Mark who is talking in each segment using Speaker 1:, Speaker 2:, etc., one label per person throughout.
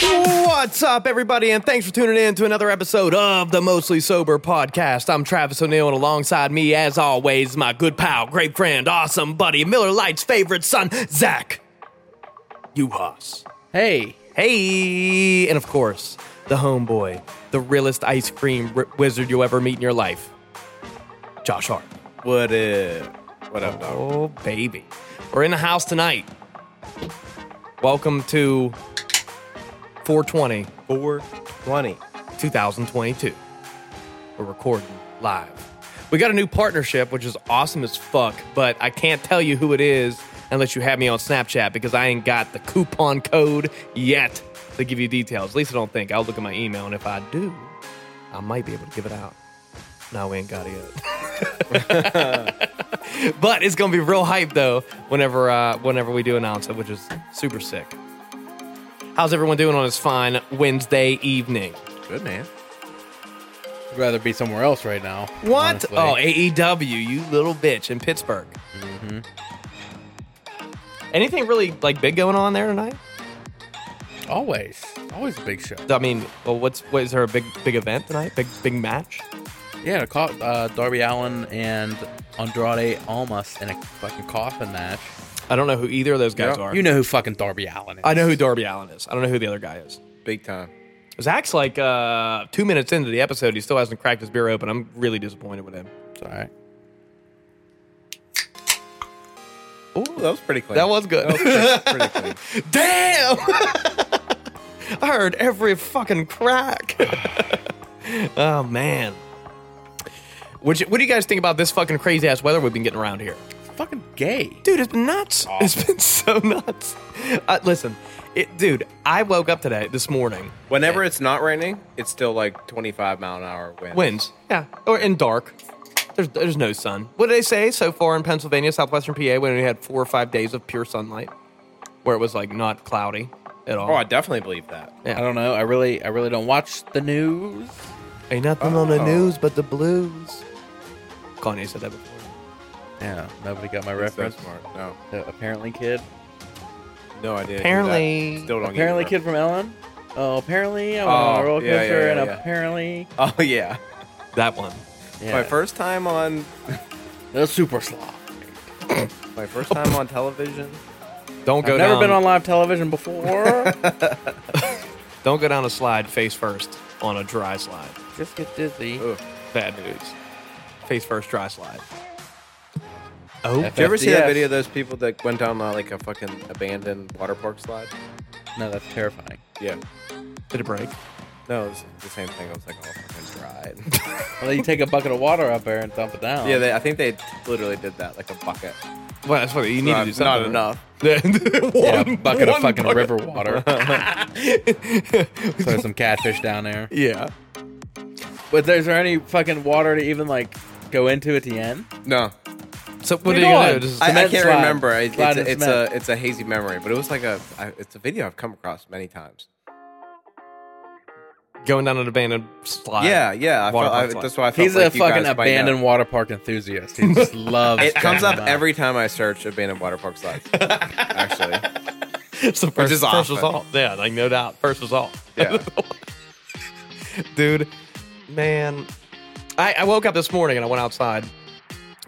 Speaker 1: What's up, everybody, and thanks for tuning in to another episode of the Mostly Sober Podcast. I'm Travis O'Neill, and alongside me, as always, my good pal, great friend, awesome buddy, Miller Lite's favorite son, Zach Uhas. Hey. Hey. And of course, the homeboy, the realest ice cream ri- wizard you'll ever meet in your life, Josh Hart.
Speaker 2: What up? What up, dog?
Speaker 1: Oh, baby. We're in the house tonight. Welcome to 420
Speaker 2: 420.
Speaker 1: 2022. We're recording live. We got a new partnership, which is awesome as fuck, but I can't tell you who it is unless you have me on Snapchat because I ain't got the coupon code yet to give you details. At least I don't think. I'll look at my email, and if I do, I might be able to give it out. No, we ain't got it yet. but it's gonna be real hype though whenever uh, whenever we do announce it, which is super sick. How's everyone doing on this fine Wednesday evening?
Speaker 2: Good man.
Speaker 3: I'd rather be somewhere else right now.
Speaker 1: What?
Speaker 3: honestly.
Speaker 1: Oh, AEW, you little bitch in Pittsburgh. Mm-hmm. Anything really like big going on there tonight?
Speaker 3: always, always a big show.
Speaker 1: I mean, well, what's what is there a big big event tonight? Big big match?
Speaker 3: Yeah, to caught uh, Darby Allen and Andrade Almas in a fucking coffin match.
Speaker 1: I don't know who either of those guys are.
Speaker 3: You know who fucking Darby Allen is?
Speaker 1: I know who Darby Allen is. I don't know who the other guy is.
Speaker 2: Big time.
Speaker 1: Zach's like uh, two minutes into the episode, he still hasn't cracked his beer open. I'm really disappointed with him.
Speaker 3: It's all right.
Speaker 2: Ooh, that was pretty clean.
Speaker 1: That was good.
Speaker 2: That was pretty, pretty clean.
Speaker 1: Damn! I heard every fucking crack. oh man. What, you, what do you guys think about this fucking crazy ass weather we've been getting around here?
Speaker 3: It's fucking gay.
Speaker 1: Dude, it's been nuts. It's been so nuts. Uh, listen, it, dude, I woke up today, this morning,
Speaker 2: Whenever it's not raining, it's still like 25 mile an hour wind.
Speaker 1: winds, yeah, or in dark. There's, there's no sun. What did they say so far in Pennsylvania, southwestern PA, when we had four or five days of pure sunlight, where it was like not cloudy at all?
Speaker 2: Oh, I definitely believe that.
Speaker 1: Yeah.
Speaker 3: I don't know. I really, I really don't watch the news.
Speaker 1: Ain't nothing on the
Speaker 2: Oh.
Speaker 1: news but the blues. Kanye said that before.
Speaker 3: Yeah, nobody got my
Speaker 2: That's so
Speaker 3: reference.
Speaker 2: smart. No,
Speaker 3: Uh, apparently, kid.
Speaker 2: no idea. who that-
Speaker 1: Apparently-
Speaker 2: Still don't get
Speaker 3: Apparently,
Speaker 2: it.
Speaker 3: kid from Ellen. Oh, apparently, I went on
Speaker 2: Oh,
Speaker 3: a roller
Speaker 2: yeah, yeah,
Speaker 3: coaster,
Speaker 2: yeah,
Speaker 3: and
Speaker 2: yeah.
Speaker 3: apparently,
Speaker 2: Oh, yeah.
Speaker 1: That one.
Speaker 3: yeah.
Speaker 2: My first time on
Speaker 3: the super sloth.
Speaker 2: my first time on television.
Speaker 1: Don't go
Speaker 3: I've
Speaker 1: down.
Speaker 3: never been on live television before.
Speaker 1: Don't go down a slide face first on a dry slide.
Speaker 3: Just get dizzy.
Speaker 2: Ugh.
Speaker 1: Bad news. Face first dry slide. Oh,
Speaker 3: F-
Speaker 2: Did you ever see that
Speaker 3: FDS.
Speaker 2: video of those people that went down uh, like a fucking abandoned water park slide?
Speaker 3: No, that's terrifying.
Speaker 2: Yeah.
Speaker 1: did it break?
Speaker 2: No, it was the same thing. I was like, oh, fucking dried.
Speaker 3: Well, you take a bucket of water up there and dump it down.
Speaker 2: yeah, they, I think they literally did that like a bucket.
Speaker 1: Well, that's what you need
Speaker 2: Not-
Speaker 1: to do.
Speaker 2: not
Speaker 1: Something.
Speaker 2: enough.
Speaker 1: enough. one,
Speaker 3: Yeah, a bucket of
Speaker 1: one
Speaker 3: fucking
Speaker 1: bucket.
Speaker 3: river water. Throw some catfish down there.
Speaker 1: Yeah.
Speaker 3: But is there any fucking water to even like go into at the end?
Speaker 2: No,
Speaker 1: So what
Speaker 3: You're
Speaker 1: are you gonna
Speaker 3: going.
Speaker 1: do? Just-
Speaker 2: I, I
Speaker 3: Cement
Speaker 2: can't
Speaker 3: slide.
Speaker 2: remember. It-
Speaker 3: Slide
Speaker 2: it's
Speaker 3: in
Speaker 2: a, it's
Speaker 3: cement.
Speaker 2: a it's a hazy memory, but it was like a I, it's a video I've come across many times.
Speaker 1: going down an abandoned slide.
Speaker 2: yeah, yeah. I
Speaker 1: Water
Speaker 2: felt, I,
Speaker 1: park slide.
Speaker 2: that's why I felt
Speaker 3: He's
Speaker 2: like
Speaker 3: a
Speaker 2: you guys
Speaker 3: fucking
Speaker 2: might know.
Speaker 3: abandoned water park enthusiast. He just loves.
Speaker 2: It comes
Speaker 3: checking
Speaker 2: up
Speaker 3: them out.
Speaker 2: every time I search abandoned water park slides. actually,
Speaker 1: It's the first,
Speaker 2: is
Speaker 1: first
Speaker 2: awesome.
Speaker 1: result. Yeah, like no doubt. First result.
Speaker 2: Yeah.
Speaker 1: Dude, man. I, I woke up this morning and I went outside,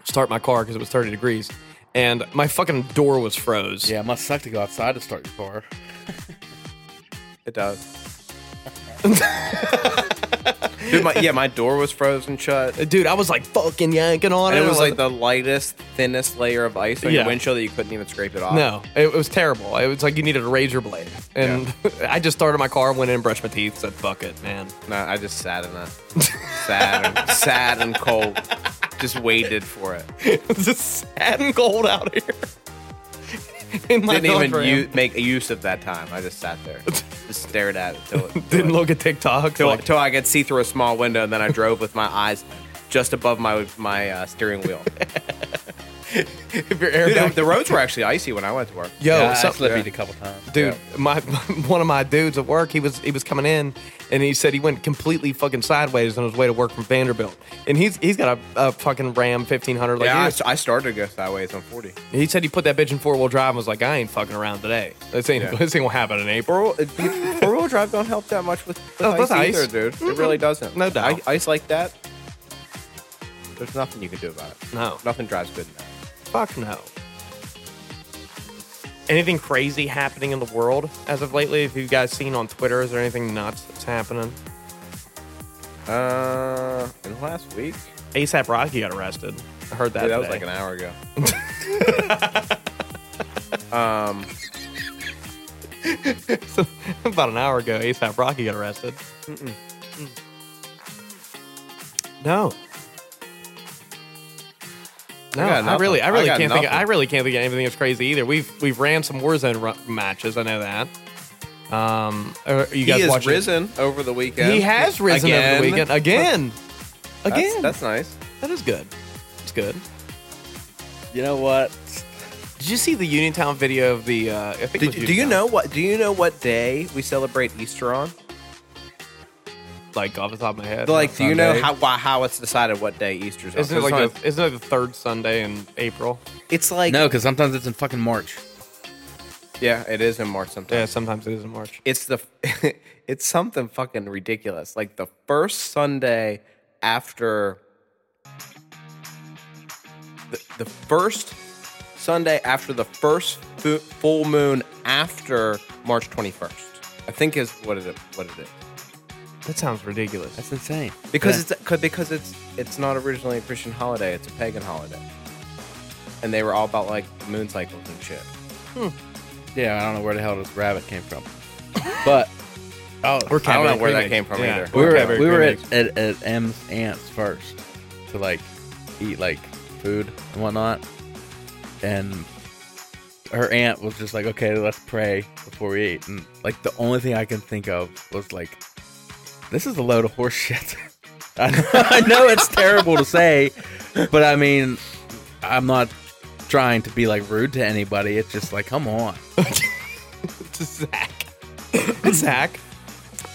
Speaker 1: start my car because it was 30 degrees, and my fucking door was froze.
Speaker 3: Yeah, it must suck to go outside to start your car.
Speaker 2: it does. Dude, my, yeah, my door was frozen shut.
Speaker 1: Dude, I was like fucking yanking on
Speaker 2: And
Speaker 1: it.
Speaker 2: it was
Speaker 1: I
Speaker 2: like the lightest, thinnest layer of ice on
Speaker 1: Yeah.
Speaker 2: your windshield that you couldn't even scrape it off.
Speaker 1: No, it, it was terrible. It was like you needed a razor blade. And I just started my car, went in, brushed my teeth, said, fuck it, man.
Speaker 2: No, I just sat in it. sad and sad and cold. Just waited for it.
Speaker 1: it's just sad and cold out here. in my
Speaker 2: Didn't even
Speaker 1: Dodge Ram.
Speaker 2: u- make use of that time. I just sat there. Just stared at it till, it-
Speaker 1: Didn't look at TikTok.
Speaker 2: till,
Speaker 1: like,
Speaker 2: till I could see through a small window, and then I drove with my eyes just above my my uh, steering wheel.
Speaker 1: if your
Speaker 2: Dude, the,
Speaker 1: airbag.
Speaker 2: the roads were actually icy when I went to work.
Speaker 1: Yo,
Speaker 3: yeah, I
Speaker 1: some-
Speaker 3: slippied a couple times.
Speaker 1: dude my, one of my dudes at work he was he was coming in and he said he went completely fucking sideways on his way to work from vanderbilt and he's he's got a, a fucking ram 1500 like
Speaker 2: yeah,
Speaker 1: you.
Speaker 2: I, s- I started to go sideways on 40.
Speaker 1: he said he put that bitch in four-wheel drive and was like i ain't fucking around today this ain't
Speaker 2: Yeah.
Speaker 1: this ain't gonna happen in april
Speaker 2: Four wheel drive don't help that much with, Oh, with
Speaker 1: No, with
Speaker 2: ice,
Speaker 1: ice.
Speaker 2: either, dude. It really doesn't.
Speaker 1: No doubt.
Speaker 2: I, ice like that, there's nothing you can do about it.
Speaker 1: No.
Speaker 2: nothing drives good in that.
Speaker 1: fuck no anything crazy happening in the world as of lately have you guys seen on twitter is there anything nuts that's happening
Speaker 2: Uh, in the last week, Dude,
Speaker 1: asap rocky got arrested i heard that
Speaker 2: that was
Speaker 1: today.
Speaker 2: like an hour ago.
Speaker 1: About an hour ago, ASAP Rocky got arrested. Mm. No. No,
Speaker 2: got
Speaker 1: I,
Speaker 2: nothing.
Speaker 1: really, I
Speaker 2: I
Speaker 1: really
Speaker 2: got
Speaker 1: can't think. Of, I
Speaker 2: nothing.
Speaker 1: really can't think of anything that's crazy either. We've we've ran some Warzone ru- matches. I know that. Um, are you
Speaker 2: He
Speaker 1: guys
Speaker 2: has
Speaker 1: watching?
Speaker 2: risen over the weekend.
Speaker 1: He has risen
Speaker 2: Again.
Speaker 1: over the weekend again.
Speaker 2: That's,
Speaker 1: Again,
Speaker 2: that's nice.
Speaker 1: that is good. It's good.
Speaker 3: You know what?
Speaker 1: Did you see the Uniontown video of the? Uh, I think it
Speaker 2: Did,
Speaker 1: was
Speaker 2: do you
Speaker 1: Uniontown,
Speaker 2: know what? Do you know what day we celebrate Easter on?
Speaker 1: Like off the top of my head,
Speaker 2: Like, do you know
Speaker 3: Sunday.
Speaker 2: how why, how it's decided what day Easter's on?
Speaker 1: isn't it
Speaker 2: It's
Speaker 1: like
Speaker 2: not-
Speaker 1: the, isn't it the third Sunday in April?
Speaker 2: it's like
Speaker 3: No, because sometimes it's in fucking March.
Speaker 2: yeah, it is in March sometimes.
Speaker 1: Yeah, sometimes it is in March.
Speaker 2: It's the it's something fucking ridiculous. Like the first Sunday after the, the first Sunday after the first fu- full moon after March 21st. I think is what it what it is.
Speaker 1: That sounds ridiculous.
Speaker 3: That's insane.
Speaker 2: because
Speaker 3: Yeah.
Speaker 2: it's 'cause- because it's it's not originally a Christian holiday; it's a pagan holiday, and they were all about like moon cycles and shit.
Speaker 3: yeah, I don't know where the hell this rabbit came from, but oh,
Speaker 1: Or
Speaker 2: I don't know
Speaker 1: Cabernet
Speaker 2: where that
Speaker 1: Cream
Speaker 2: came
Speaker 1: Egg.
Speaker 2: from
Speaker 1: Yeah.
Speaker 2: either.
Speaker 3: we were
Speaker 1: Cabernet
Speaker 3: at, we were
Speaker 1: Cream
Speaker 3: at, at, at M's aunt's first to like eat like food and whatnot, and her aunt was just like, "Okay, let's pray before we eat." And like the only thing I can think of was like, "This is a load of horse shit." I know, I know it's terrible to say, but I mean, I'm not trying to be like rude to anybody. It's just like, come on.
Speaker 1: It's Zach. it's Zach.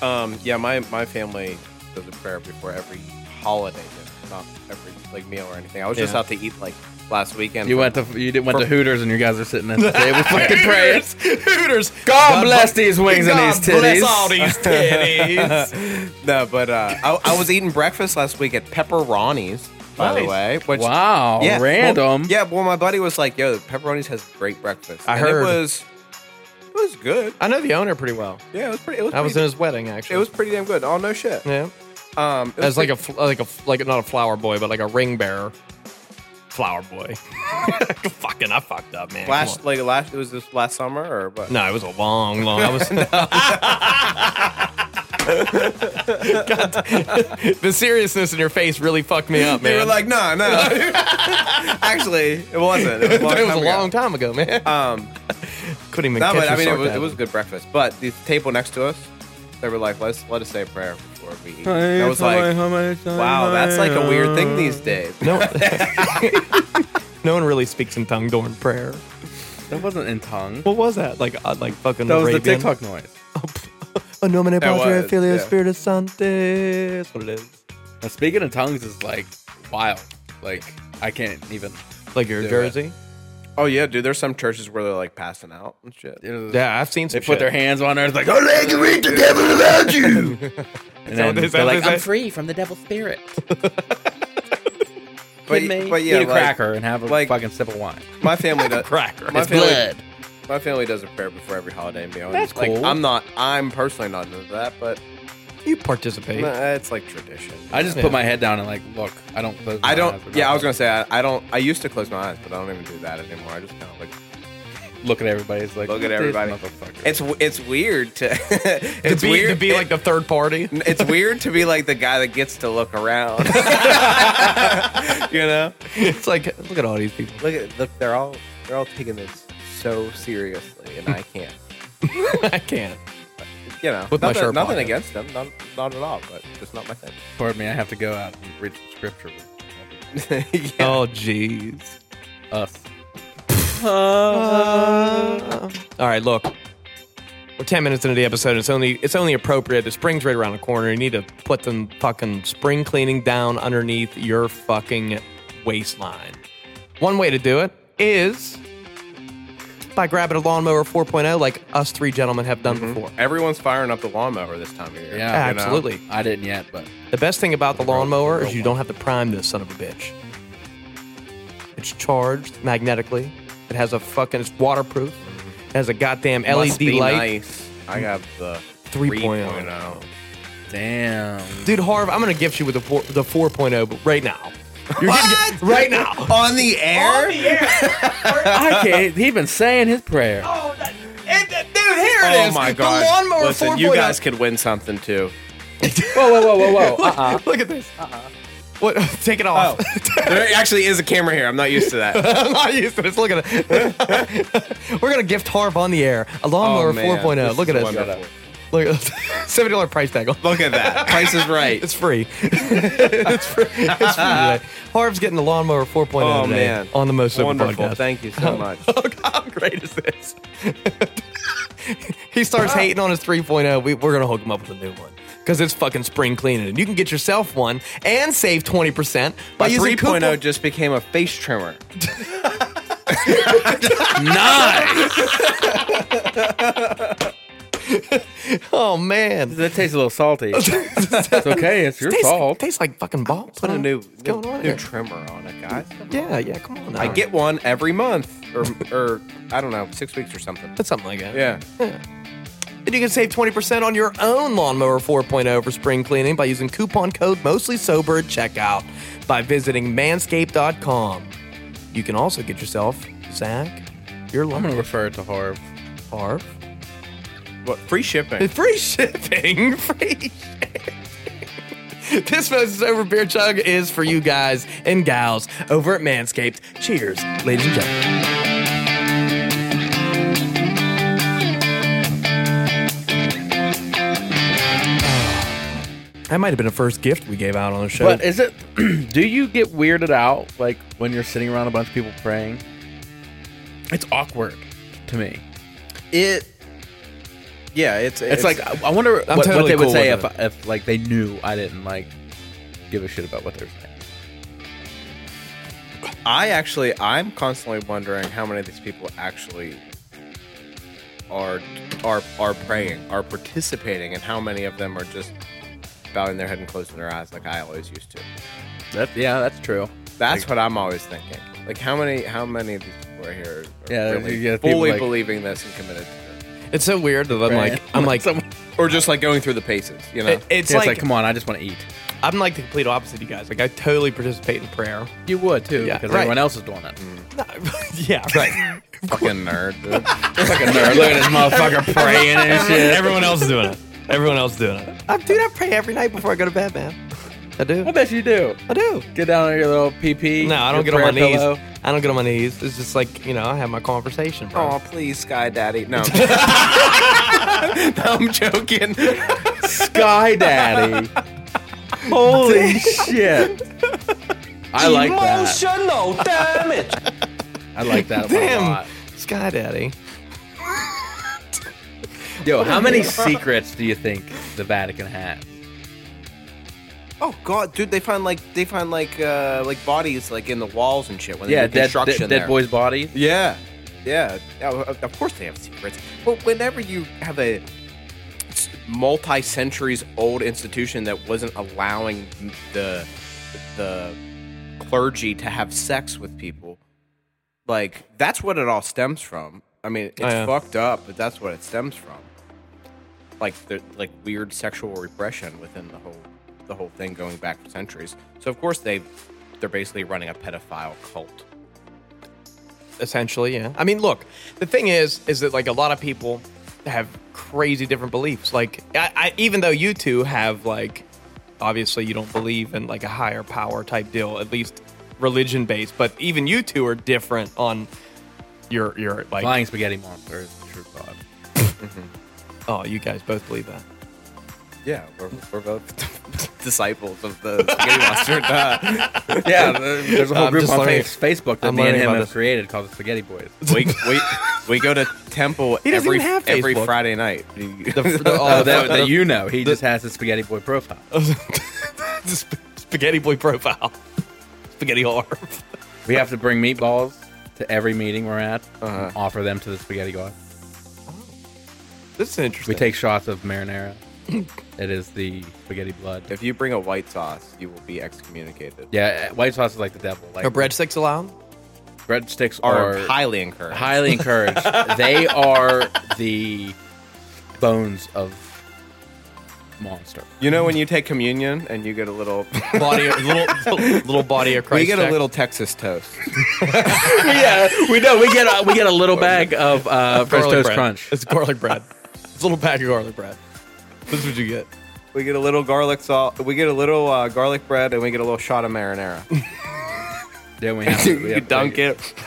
Speaker 2: Um, yeah, my my family does a prayer before every holiday, dinner, not every like meal or anything. I was just
Speaker 1: Yeah.
Speaker 2: out to eat like last weekend.
Speaker 3: You
Speaker 2: for-
Speaker 3: went to you did went to Hooters and you guys are sitting at the table fucking praying.
Speaker 1: Hooters.
Speaker 3: God bless these wings and these
Speaker 1: God bless
Speaker 3: titties.
Speaker 1: all these titties.
Speaker 2: no, but uh, I, I was eating breakfast last week at Pepperoni's, by the
Speaker 1: Nice.
Speaker 2: way. Which
Speaker 3: Wow,
Speaker 2: Yeah,
Speaker 3: random.
Speaker 2: Well, yeah, well, my buddy was like, "Yo, Pepperoni's has great breakfast."
Speaker 1: I
Speaker 2: And
Speaker 1: heard.
Speaker 2: it was it was good.
Speaker 1: I know the owner pretty well.
Speaker 2: Yeah, it was pretty. It was
Speaker 1: I was in
Speaker 2: pretty,
Speaker 1: his wedding actually.
Speaker 2: it was pretty damn good. Oh no shit.
Speaker 1: yeah.
Speaker 2: Um, it
Speaker 1: As
Speaker 2: was
Speaker 1: like a fl- like a f- like not a flower boy, but like a ring bearer. Flower boy. Fucking, I fucked up, man. Come on.
Speaker 2: last like last. It was this last summer or what?
Speaker 1: No, it was a long, long. I was. God, the seriousness in your face really fucked me up, man.
Speaker 2: They were like, no, no. Actually, it wasn't. It was a long,
Speaker 1: it was
Speaker 2: time
Speaker 1: a
Speaker 2: ago.
Speaker 1: long time ago, man.
Speaker 2: Um,
Speaker 1: Couldn't even.
Speaker 2: no,
Speaker 1: catch
Speaker 2: but I
Speaker 1: your
Speaker 2: mean, it was, it
Speaker 1: sarcasm.
Speaker 2: was good breakfast. But the table next to us, they were like, let's let us say a prayer before we eat. And I was like, wow, that's like a weird thing these days.
Speaker 1: No, no one really speaks in tongue during prayer.
Speaker 3: That wasn't in tongue.
Speaker 1: What was that? Like, uh, like fucking.
Speaker 3: That was
Speaker 1: Arabian?
Speaker 3: the TikTok noise.
Speaker 1: Oh, nomine Patria
Speaker 2: was,
Speaker 1: Filio
Speaker 2: yeah.
Speaker 1: Spiritus Sancti. That's what it is.
Speaker 3: Now, speaking in tongues is like wild. Like I can't even.
Speaker 1: Like your
Speaker 3: Do it.
Speaker 1: jersey.
Speaker 2: Oh yeah, dude. There's some churches where they're like passing out and shit.
Speaker 3: it was-
Speaker 1: Yeah, I've seen
Speaker 3: They
Speaker 1: some.
Speaker 3: put their
Speaker 1: shit.
Speaker 3: hands on her. It's like, oh, they can read the devil about you. and
Speaker 1: that what
Speaker 3: then
Speaker 1: they- is that
Speaker 3: they're
Speaker 1: what
Speaker 3: like,
Speaker 1: they
Speaker 3: I'm
Speaker 1: say?
Speaker 3: free from the devil spirit.
Speaker 2: But,
Speaker 3: Kid me.
Speaker 2: but yeah,
Speaker 3: eat a
Speaker 2: like,
Speaker 3: cracker and have a
Speaker 2: like-
Speaker 3: fucking sip of wine.
Speaker 2: my family does.
Speaker 1: Cracker.
Speaker 2: My
Speaker 3: It's
Speaker 2: family,
Speaker 3: blood.
Speaker 2: my family does a prayer before every holiday meal. and,
Speaker 3: That's
Speaker 2: like,
Speaker 3: cool.
Speaker 2: I'm not. I'm personally not into that, but
Speaker 1: You participate.
Speaker 2: nah, it's like tradition.
Speaker 3: I just
Speaker 1: Yeah.
Speaker 3: put my head down and like, look, I don't. close my
Speaker 2: I don't.
Speaker 3: eyes, but
Speaker 2: Yeah, I was gonna say I, I don't. I used to close my eyes, but I don't even do that anymore. I just kind of like
Speaker 3: look at everybody. It's like,
Speaker 2: Look at
Speaker 3: "This
Speaker 2: everybody."
Speaker 3: motherfucker."
Speaker 2: it's it's weird to
Speaker 1: to
Speaker 2: it's
Speaker 1: be,
Speaker 2: weird
Speaker 1: to be like
Speaker 2: it-
Speaker 1: the third party.
Speaker 2: it's weird to be like the guy that gets to look around. you know,
Speaker 1: it's like, look at all these people.
Speaker 2: look at look. They're all they're all taking this so seriously, and I can't.
Speaker 1: I can't.
Speaker 2: you know,
Speaker 1: With my
Speaker 2: nothing,
Speaker 1: shirt
Speaker 2: nothing
Speaker 1: pocket.
Speaker 2: against them, not, not at all, but just not my thing.
Speaker 3: Pardon me, I have to go out and read some scripture. with
Speaker 2: Yeah.
Speaker 1: Oh, jeez.
Speaker 3: Us.
Speaker 1: All right, look. We're ten minutes into the episode. It's only it's only appropriate. The spring's right around the corner. You need to put the fucking spring cleaning down underneath your fucking waistline. One way to do it is by grabbing a lawnmower 4.0, like us three gentlemen have done before.
Speaker 2: Everyone's firing up the lawnmower this time of year.
Speaker 3: Yeah.
Speaker 1: Yeah,
Speaker 2: Mm-hmm. you know?
Speaker 1: absolutely.
Speaker 3: I didn't yet, but
Speaker 1: The best thing about the lawnmower is you don't have to prime this son of a bitch. It's charged magnetically. It has a fucking. It's waterproof. It has a goddamn
Speaker 2: Mm-hmm. Must
Speaker 1: LED
Speaker 2: be
Speaker 1: E light. oh.
Speaker 2: Nice. I got the oh.
Speaker 1: 3.0.
Speaker 2: 3.0.
Speaker 3: damn.
Speaker 1: Dude, Harv, I'm gonna gift you with the four, the 4.0 but right now. You're gonna get- right now.
Speaker 2: On the air?
Speaker 3: I can't. He been saying his prayer.
Speaker 1: Dude, here it
Speaker 2: oh
Speaker 1: is.
Speaker 2: my god.
Speaker 1: The lawnmower oh.
Speaker 2: Listen,
Speaker 1: 4.0.
Speaker 2: you guys could win something too.
Speaker 3: Whoa, whoa, whoa, whoa, whoa. Uh-uh.
Speaker 1: Look at this.
Speaker 2: Uh-huh.
Speaker 1: What? Take it off.
Speaker 2: there actually is a camera here. I'm not used to that.
Speaker 1: I'm not used to this. Look at it. We're gonna gift Harv on the air a lawnmower
Speaker 2: Oh, man.
Speaker 1: 4.0.
Speaker 2: This
Speaker 1: Look at
Speaker 2: is
Speaker 1: this.
Speaker 2: wonderful.
Speaker 1: Look at this. seventy dollar price tag.
Speaker 2: Look at that. Price is right.
Speaker 1: It's free. it's free. It's free today. Harv's getting the lawnmower 4.0
Speaker 2: oh
Speaker 1: today
Speaker 2: man.
Speaker 1: on the most Super
Speaker 2: wonderful.
Speaker 1: podcast.
Speaker 2: Thank you so much.
Speaker 1: Look, how great is this? he starts hating on his 3.0. We, we're going to hook him up with a new one because it's fucking spring cleaning. And you can get yourself one and save 20% by
Speaker 2: My
Speaker 1: using
Speaker 2: 3.0
Speaker 1: coupon.
Speaker 2: just became a face trimmer.
Speaker 3: nice.
Speaker 1: Oh, man.
Speaker 3: That tastes a little salty. It's okay. It's your
Speaker 1: Tastes,
Speaker 3: salt.
Speaker 1: tastes like fucking balls.
Speaker 2: Put a new,
Speaker 1: What's
Speaker 2: new,
Speaker 1: going on
Speaker 2: new
Speaker 1: here?
Speaker 2: trimmer on it, guys.
Speaker 1: yeah, yeah, come on. Now.
Speaker 2: I get one every month, or or I don't know, six weeks or something.
Speaker 1: That's something like that.
Speaker 2: Yeah.
Speaker 1: And you can save 20% on your own lawnmower 4.0 for spring cleaning by using coupon code mostly sober at checkout by visiting manscaped.com. You can also get yourself, Zach, your
Speaker 3: I'm gonna
Speaker 1: lawnmower
Speaker 3: refer it to Harv.
Speaker 1: Harv.
Speaker 2: What free shipping?
Speaker 1: Free shipping. Free shipping. This Moses Over Beer Chug is for you guys and gals over at Manscaped. Cheers, ladies and gentlemen. That might have been the first gift we gave out on the show.
Speaker 3: But is it? do you get weirded out like when you're sitting around a bunch of people praying? It's awkward to me.
Speaker 2: It. Yeah, it's
Speaker 3: It's, like I I wonder what, what
Speaker 1: totally
Speaker 3: they would
Speaker 1: cool
Speaker 3: say
Speaker 1: with
Speaker 3: if, if like they knew I didn't like give a shit about what they're saying.
Speaker 2: I actually I'm constantly wondering how many of these people actually are are are praying, are participating, and how many of them are just bowing their head and closing their eyes like I always used to.
Speaker 3: That yeah, that's true.
Speaker 2: That's what I'm always thinking. Like how many how many of these people are here are
Speaker 3: Yeah,
Speaker 2: really
Speaker 3: you get people
Speaker 2: fully
Speaker 3: like-
Speaker 2: believing this and committed to it.
Speaker 1: it's so weird that I'm like, I'm like,
Speaker 3: Someone-
Speaker 2: Or just like going through the paces, you know?
Speaker 1: it- it's
Speaker 3: it's like,
Speaker 1: like,
Speaker 3: come on, I just want to eat.
Speaker 1: I'm like the complete opposite, you guys. Like, I totally participate in prayer.
Speaker 3: You would too,
Speaker 1: Yeah,
Speaker 3: because
Speaker 1: right.
Speaker 3: everyone else is doing it.
Speaker 1: yeah, right.
Speaker 2: Fucking nerd. dude.
Speaker 3: Fucking nerd, look at this motherfucker praying and shit.
Speaker 1: Everyone else is doing it. Everyone else is doing it. I, dude, I pray every night before I go to bed, man. I
Speaker 3: I
Speaker 1: do.
Speaker 3: bet you do.
Speaker 1: I do.
Speaker 3: Get down on your little PP.
Speaker 1: No, I don't
Speaker 3: your
Speaker 1: get on my
Speaker 3: prayer
Speaker 1: knees.
Speaker 3: pillow.
Speaker 1: I don't get on my knees. It's just like you know, I have my conversation, bro.
Speaker 2: Oh, please, Sky Daddy. No. I'm joking.
Speaker 3: Sky Daddy. Holy shit. I like that.
Speaker 4: Emotional damage.
Speaker 3: I like that one a
Speaker 1: Damn,
Speaker 3: lot.
Speaker 1: Sky Daddy.
Speaker 3: Yo, how many secrets do you think the Vatican has?
Speaker 2: Oh god, dude, they find like they find like uh like bodies like in the walls and shit when they
Speaker 3: Yeah,
Speaker 2: do
Speaker 3: dead,
Speaker 2: construction
Speaker 3: dead,
Speaker 2: there.
Speaker 3: dead boys' bodies.
Speaker 2: Yeah, yeah. Oh, Of of course they have secrets. But whenever you have a s- multi-centuries old institution that wasn't allowing the the clergy to have sex with people, like that's what it all stems from. I mean, it's
Speaker 1: yeah.
Speaker 2: fucked up, but that's what it stems from. Like the like weird sexual repression within the whole the whole thing going back for centuries. So of course they they're basically running a pedophile cult.
Speaker 1: essentially yeah i mean look the thing is is that like a lot of people have crazy different beliefs like I, I even though you two have like obviously you don't believe in like a higher power type deal at least religion based but even you two are different on your your like
Speaker 3: Flying spaghetti monster is the true god.
Speaker 1: Oh, you guys both believe that.
Speaker 2: Yeah, we're, we're both disciples of the spaghetti monster. Uh, Duh.
Speaker 3: Yeah, there- there's a whole
Speaker 1: I'm
Speaker 3: group
Speaker 1: just
Speaker 3: on
Speaker 1: learning-
Speaker 3: Face- Facebook that
Speaker 1: I'm
Speaker 3: me and
Speaker 1: learning
Speaker 3: him
Speaker 1: about
Speaker 3: have
Speaker 1: this.
Speaker 3: created called the Spaghetti Boys.
Speaker 2: we, we we go to temple
Speaker 1: He doesn't
Speaker 2: every
Speaker 1: even have
Speaker 2: every
Speaker 1: Facebook.
Speaker 2: Friday night.
Speaker 1: the-
Speaker 3: Oh,
Speaker 1: Oh,
Speaker 3: that,
Speaker 1: the-
Speaker 3: that you know, he just has his Spaghetti Boy profile.
Speaker 1: The sp- spaghetti boy profile. Spaghetti Harv.
Speaker 3: We have to bring meatballs to every meeting we're at,
Speaker 2: Uh-huh.
Speaker 3: and offer them to the Spaghetti God.
Speaker 1: This is
Speaker 3: We
Speaker 1: interesting.
Speaker 3: take shots of marinara. it is the spaghetti blood.
Speaker 2: if you bring a white sauce, you will be excommunicated.
Speaker 3: Yeah, uh, white sauce is like the devil. Like
Speaker 1: Are breadsticks allowed?
Speaker 3: breadsticks
Speaker 2: Are
Speaker 3: are
Speaker 2: highly encouraged.
Speaker 3: highly encouraged. they are the bones of monster.
Speaker 2: you know when you take communion and you get a little,
Speaker 1: Body, little, little body of Christ.
Speaker 2: we get a
Speaker 1: check.
Speaker 2: little Texas toast.
Speaker 3: yeah, we know. We get a, we get a little bag of uh, French
Speaker 1: garlic
Speaker 3: toast
Speaker 1: bread.
Speaker 3: crunch.
Speaker 1: It's garlic bread. It's a little pack of garlic bread. This is what you get.
Speaker 2: We get a little garlic salt. We get a little uh, garlic bread, and we get a little shot of marinara.
Speaker 3: Then we have, to- we
Speaker 2: you
Speaker 3: have to
Speaker 2: dunk
Speaker 3: take
Speaker 2: it.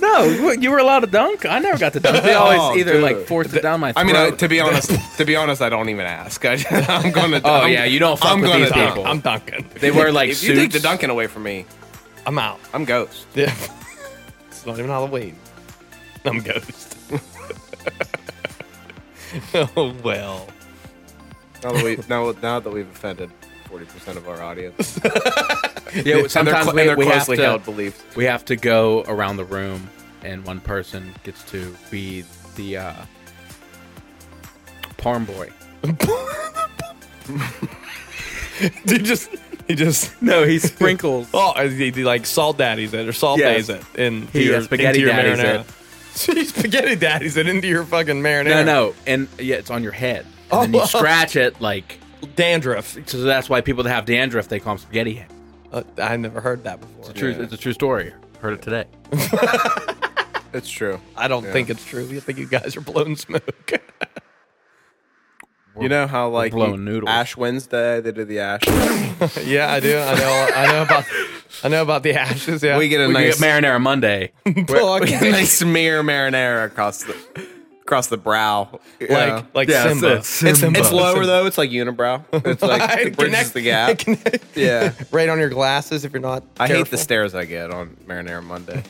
Speaker 3: No, you- you were allowed to dunk. I never got to dunk. They always
Speaker 2: Oh,
Speaker 3: either
Speaker 2: dude.
Speaker 3: like forced it down my. Throat.
Speaker 2: I mean, uh, to be honest, to be honest, I don't even ask. I, am gonna.
Speaker 3: Oh, yeah, you don't fuck
Speaker 2: I'm
Speaker 3: with
Speaker 2: gonna
Speaker 3: these
Speaker 2: dunk.
Speaker 3: people.
Speaker 1: I'm dunking.
Speaker 3: they wear like
Speaker 2: if
Speaker 3: suits.
Speaker 2: you take the dunking away from me,
Speaker 1: I'm out.
Speaker 2: I'm ghost.
Speaker 1: Yeah. It's not even Halloween. I'm ghost. oh well.
Speaker 2: Now that, we, now, now that we've offended 40% of our audience.
Speaker 3: yeah, sometimes
Speaker 2: and
Speaker 3: we,
Speaker 2: they're
Speaker 3: we have
Speaker 2: closely
Speaker 3: to.
Speaker 2: held beliefs.
Speaker 3: We have to go around the room, and one person gets to be the uh, palm boy.
Speaker 1: He just he just
Speaker 3: No, he sprinkles.
Speaker 1: Oh he, he, like salt daddies it or salt
Speaker 3: Yes.
Speaker 1: days it and
Speaker 3: He, uh,
Speaker 1: into
Speaker 3: spaghetti
Speaker 1: your
Speaker 3: daddies
Speaker 1: marinara. He spaghetti daddies it into your fucking
Speaker 3: no,
Speaker 1: marinara.
Speaker 3: no, and yeah, it's on your head. And then
Speaker 1: Oh.
Speaker 3: you scratch it like.
Speaker 1: Dandruff.
Speaker 3: So that's why people that have dandruff they call them spaghetti head.
Speaker 1: Uh, I never heard that before.
Speaker 3: True,
Speaker 2: Yeah.
Speaker 3: it's a true story. Heard it today.
Speaker 2: It's true.
Speaker 1: I don't
Speaker 2: Yeah.
Speaker 1: think it's true. I think you guys are blowing smoke.
Speaker 2: You know how, like,
Speaker 3: blowing
Speaker 2: you-
Speaker 3: noodles.
Speaker 2: Ash Wednesday, they do the ash.
Speaker 1: yeah, I do. I know. I know about. I know about the ashes. Yeah,
Speaker 2: We get a
Speaker 3: We
Speaker 2: nice,
Speaker 3: get marinara Monday.
Speaker 1: Fuck.
Speaker 2: we get a nice smear marinara across the across the brow. Like,
Speaker 1: like like
Speaker 3: Yeah,
Speaker 1: Simba.
Speaker 3: it's-
Speaker 2: it's, it's lower,
Speaker 1: Simba.
Speaker 2: though. It's like unibrow. It's like, it bridges
Speaker 1: Connect-
Speaker 2: the gap.
Speaker 1: connect-
Speaker 2: Yeah.
Speaker 1: right on your glasses if you're not.
Speaker 2: I hate the
Speaker 1: careful.
Speaker 2: stares I get on Marinara Monday.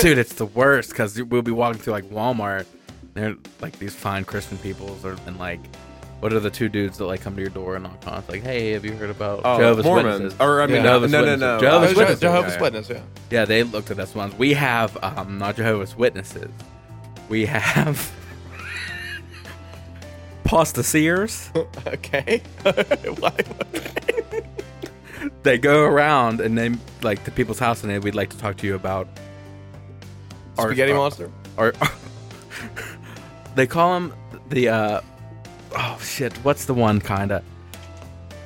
Speaker 3: dude it's the worst because we'll be walking through like walmart and they're like these fine christian peoples or and like what are the two dudes that like come to your door and knock on it's like hey have you heard about
Speaker 2: Oh,
Speaker 3: jehovah's
Speaker 2: Mormons.
Speaker 3: witnesses
Speaker 2: Or, I mean,
Speaker 1: Yeah.
Speaker 2: no,
Speaker 3: Jehovah's
Speaker 2: no, no,
Speaker 3: Witnesses.
Speaker 2: no.
Speaker 1: Oh,
Speaker 3: Jehovah's
Speaker 1: Je-
Speaker 3: Witnesses,
Speaker 1: Jehovah's
Speaker 2: yeah, yeah.
Speaker 1: Witness. Yeah.
Speaker 3: yeah they looked at us once we have um not jehovah's witnesses we have pasta seers
Speaker 1: Okay. Why?
Speaker 3: they go around and then like to people's house and they we'd like to talk to you about our-
Speaker 1: Spaghetti
Speaker 3: our-
Speaker 1: monster.
Speaker 3: or they call him the uh oh shit what's the one kinda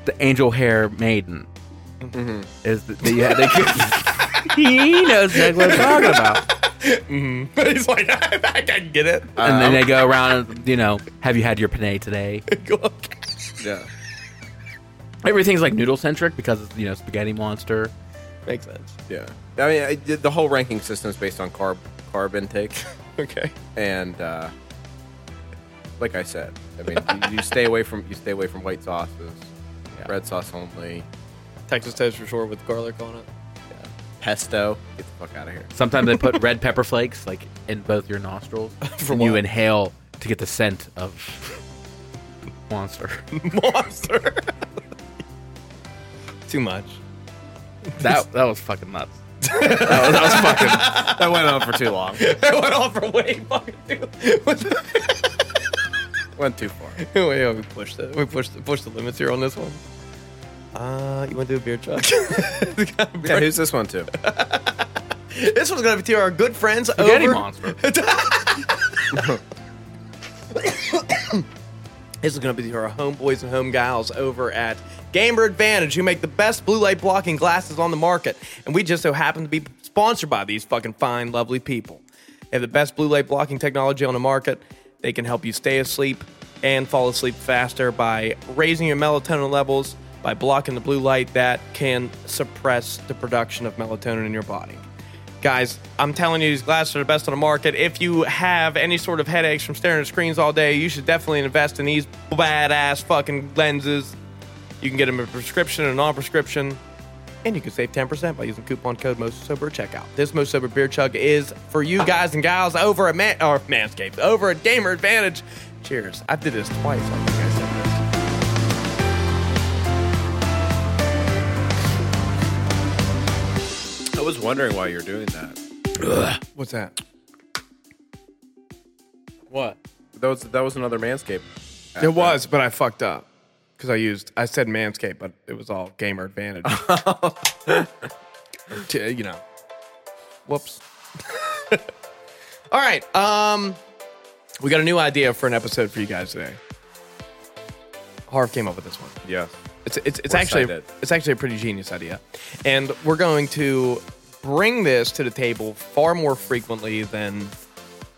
Speaker 3: the angel hair maiden
Speaker 1: Mm-hmm.
Speaker 3: is the, the yeah, they, he knows exactly what I'm talking about
Speaker 1: Mm-hmm. He's like, I, can get it. Uh-huh.
Speaker 3: and then they go around and you know have you had your penne today
Speaker 2: Yeah.
Speaker 3: everything's like noodle centric because it's you know spaghetti monster
Speaker 1: Makes sense.
Speaker 2: Yeah, I mean, I did, the whole ranking system is based on carb carb intake,
Speaker 1: Okay.
Speaker 2: and uh, like I said, I mean, you, you stay away from you stay away from white sauces,
Speaker 3: Yeah.
Speaker 2: red sauce only,
Speaker 1: Texas toast for sure with garlic on it.
Speaker 2: pesto. Get the fuck out of here.
Speaker 3: sometimes they put red pepper flakes like in both your nostrils
Speaker 1: For
Speaker 3: and you
Speaker 1: what?
Speaker 3: inhale to get the scent of monster
Speaker 1: Monster. Too much.
Speaker 3: That that was fucking nuts. that, was,
Speaker 2: Oh,
Speaker 3: that was fucking.
Speaker 2: That went on for too long.
Speaker 1: That went on for way fucking too. What the-
Speaker 2: went too far.
Speaker 1: Wait, yeah, we pushed it. We pushed pushed the limits here on this one. Uh, you want to do a beer chuck?
Speaker 2: Yeah, who's this one to?
Speaker 1: This one's gonna be to our good friends
Speaker 3: Spaghetti
Speaker 1: over.
Speaker 3: monster.
Speaker 1: This is going to be to our homeboys and home gals over at Gamer Advantage, who make the best blue light blocking glasses on the market. And we just so happen to be sponsored by these fucking fine, lovely people. They have the best blue light blocking technology on the market. They can help you stay asleep and fall asleep faster by raising your melatonin levels, by blocking the blue light that can suppress the production of melatonin in your body. Guys, I'm telling you, these glasses are the best on the market. If you have any sort of headaches from staring at screens all day, you should definitely invest in these badass fucking lenses. You can get them a prescription and non-prescription, and you can save 10% by using coupon code MOSOBER at checkout. This Most Sober Beer Chug is for you guys and gals over at Man- or Manscaped, over at Gamer Advantage. Cheers. I did this twice. I think I said this.
Speaker 2: I was wondering why you're doing that.
Speaker 1: What's that?
Speaker 3: What?
Speaker 2: That was that was another manscape.
Speaker 1: It was, but I fucked up because I used I said Manscaped, but it was all Gamer Advantage. T- you know, whoops. all right, um, we got a new idea for an episode for you guys today. Harv came up with this one.
Speaker 2: Yes.
Speaker 1: It's it's, it's
Speaker 2: We're
Speaker 1: actually
Speaker 2: excited.
Speaker 1: it's actually a pretty genius idea, and we're going to bring this to the table far more frequently than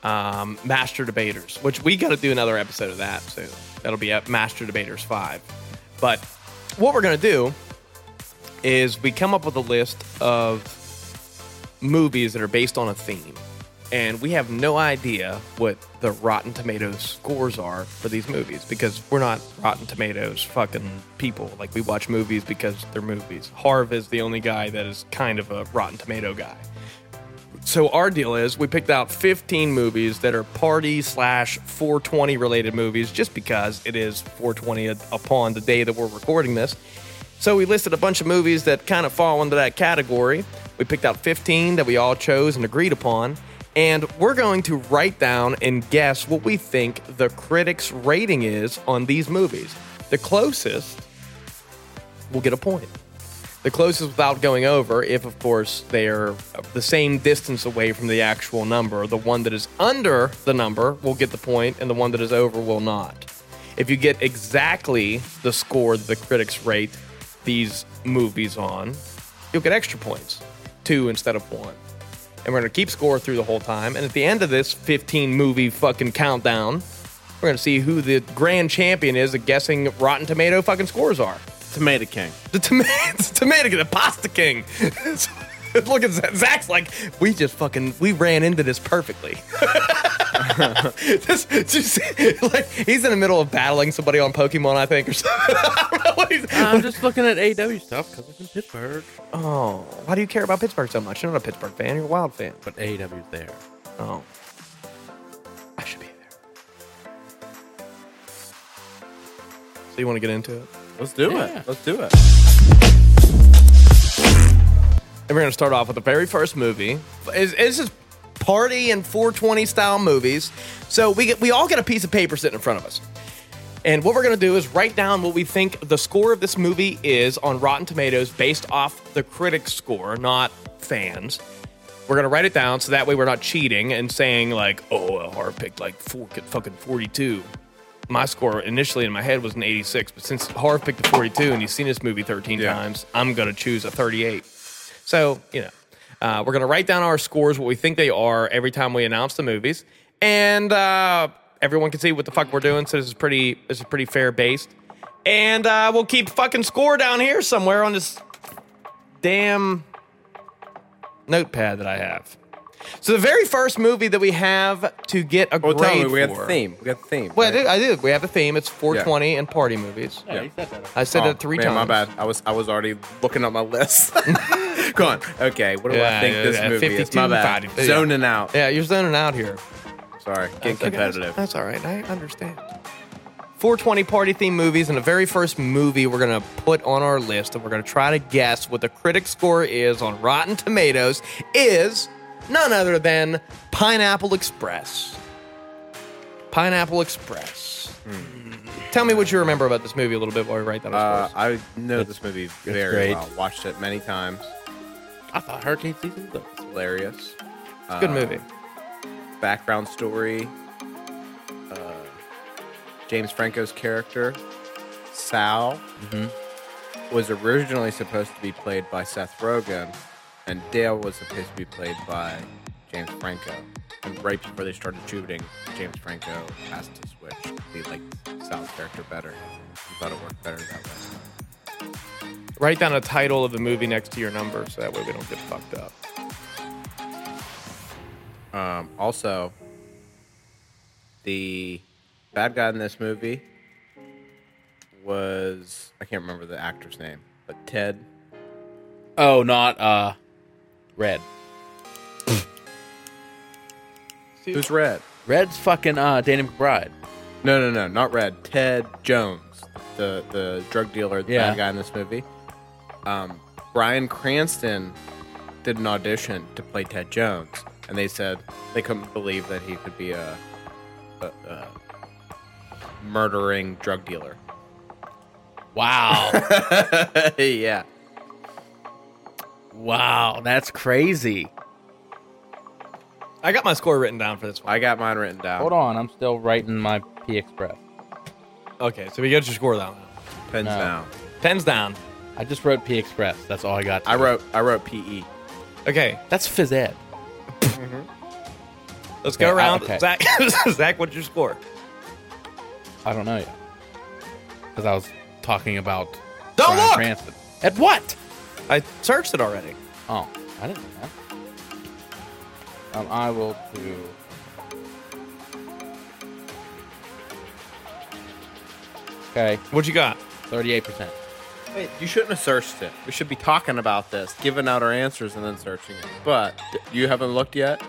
Speaker 1: um, master debaters, which we got to do another episode of that soon. That'll be at Master Debaters Five. But what we're gonna do is we come up with a list of movies that are based on a theme. And we have no idea what the Rotten Tomatoes scores are for these movies because we're not Rotten Tomatoes fucking people. Like, we watch movies because they're movies. Harv is the only guy that is kind of a Rotten Tomato guy. So, our deal is we picked out 15 movies that are party slash 420 related movies just because it is 420 upon the day that we're recording this. So we listed a bunch of movies that kind of fall into that category. We picked out 15 that we all chose and agreed upon. And we're going to write down and guess what we think the critics' rating is on these movies. The closest will get a point. The closest without going over, if of course they're the same distance away from the actual number, the one that is under the number will get the point, and the one that is over will not. If you get exactly the score that the critics rate these movies on, you'll get extra points two instead of one. And we're going to keep score through the whole time. And at the end of this 15 movie fucking countdown, we're going to see who the grand champion is at guessing Rotten Tomato fucking scores are.
Speaker 5: Tomato King.
Speaker 1: The tomato, tomato, the pasta king. Look at Zach. Zach's like, we just fucking, we ran into this perfectly. This- did you see- like, he's in the middle of battling somebody on Pokemon, I think, or something. I don't know what he's.
Speaker 3: I'm just looking at AW stuff because it's in Pittsburgh.
Speaker 1: Oh, why do you care about Pittsburgh so much? You're not a Pittsburgh fan. You're a Wild fan.
Speaker 3: But AW's there.
Speaker 1: Oh, I should be there. So you want to get into it?
Speaker 2: Let's do
Speaker 3: Yeah.
Speaker 2: it. Let's do it.
Speaker 1: And we're going to start off with the very first movie. It's, it's just party and 420 style movies. So we get, we all get a piece of paper sitting in front of us. And what we're going to do is write down what we think the score of this movie is on Rotten Tomatoes based off the critics' score, not fans. We're going to write it down so that way we're not cheating and saying, like, oh, well, Harv picked like four, fucking 42. My score initially in my head was an 86, but since Harv picked the 42 and you've seen this movie 13
Speaker 2: Yeah.
Speaker 1: times, I'm going to choose a 38. So, you know, uh, we're going to write down our scores, what we think they are every time we announce the movies. And uh, everyone can see what the fuck we're doing. So this is pretty, this is pretty fair based. And uh, we'll keep fucking score down here somewhere on this damn notepad that I have. So the very first movie that we have to get a
Speaker 2: Well,
Speaker 1: grade
Speaker 2: tell me, we
Speaker 1: for.
Speaker 2: got the theme. We got the theme.
Speaker 1: Well, I
Speaker 2: right?
Speaker 1: did, I did. We have a theme. It's 420 and party movies.
Speaker 3: Yeah, he said that.
Speaker 1: I said
Speaker 2: Oh,
Speaker 1: that three
Speaker 2: man,
Speaker 1: times.
Speaker 2: My bad. I was I was already looking up my list. Go on. Okay. What do
Speaker 1: Yeah,
Speaker 2: I think
Speaker 1: yeah,
Speaker 2: this
Speaker 1: yeah,
Speaker 2: movie is?
Speaker 1: 52,
Speaker 2: My bad.
Speaker 1: 52, yeah.
Speaker 2: Zoning out.
Speaker 1: Yeah, you're zoning out here.
Speaker 2: Sorry. Getting
Speaker 1: Okay, that's-
Speaker 2: competitive.
Speaker 1: That's, all right. I understand. 420 party theme movies, and the very first movie we're going to put on our list, and we're going to try to guess what the critic score is on Rotten Tomatoes, is none other than Pineapple Express. Pineapple Express.
Speaker 2: Hmm.
Speaker 1: Tell me what you remember about this movie a little bit while we write that.
Speaker 2: Uh,
Speaker 1: our scores.
Speaker 2: I know this movie very
Speaker 3: great.
Speaker 2: well. Watched it many times.
Speaker 3: I thought Hurricane Season was
Speaker 2: It's hilarious.
Speaker 1: it's a
Speaker 2: Uh,
Speaker 1: good movie.
Speaker 2: Background story. Uh, James Franco's character, Sal, was originally supposed to be played by Seth Rogen, and Dale was supposed to be played by James Franco. And right before they started shooting, James Franco asked to switch. He liked Sal's character better. He thought it worked better that way.
Speaker 1: Write down a title of the movie next to your number so that way we don't get fucked up.
Speaker 2: Um, also, the bad guy in this movie was I can't remember the actor's name, but Ted.
Speaker 3: Oh, not uh, Red.
Speaker 2: Who's Red?
Speaker 3: Red's fucking uh Danny McBride.
Speaker 2: No, no, no, not Red. Ted Jones, the the drug dealer, the
Speaker 3: Yeah.
Speaker 2: bad guy in this movie. Um, Brian Cranston did an audition to play Ted Jones, and they said they couldn't believe that he could be a, a, a murdering drug dealer.
Speaker 3: Wow,
Speaker 2: yeah.
Speaker 3: wow, that's crazy.
Speaker 1: I got my score written down for this one.
Speaker 2: I got mine written down.
Speaker 3: Hold on, I'm still writing my P Express.
Speaker 1: Okay, so we got your score down.
Speaker 2: Pens
Speaker 3: No.
Speaker 2: down.
Speaker 1: Pens down.
Speaker 3: I just wrote P Express. That's all I got.
Speaker 2: I wrote. I wrote E. PE.
Speaker 1: Okay,
Speaker 3: That's phys ed.
Speaker 1: let's
Speaker 3: Okay,
Speaker 1: go
Speaker 3: I-
Speaker 1: around.
Speaker 3: okay.
Speaker 1: Zach, Zach, what's your score?
Speaker 3: I don't know yet because I was talking about.
Speaker 1: Don't
Speaker 3: Bryan
Speaker 1: look!
Speaker 3: Cranston. At what?
Speaker 1: I searched it already.
Speaker 3: Oh, I didn't know that. Um, I will do. Okay,
Speaker 1: What you got?
Speaker 3: thirty-eight percent.
Speaker 2: Wait, you shouldn't have searched it. We should be talking about this, giving out our answers, and then searching it. But you haven't looked yet.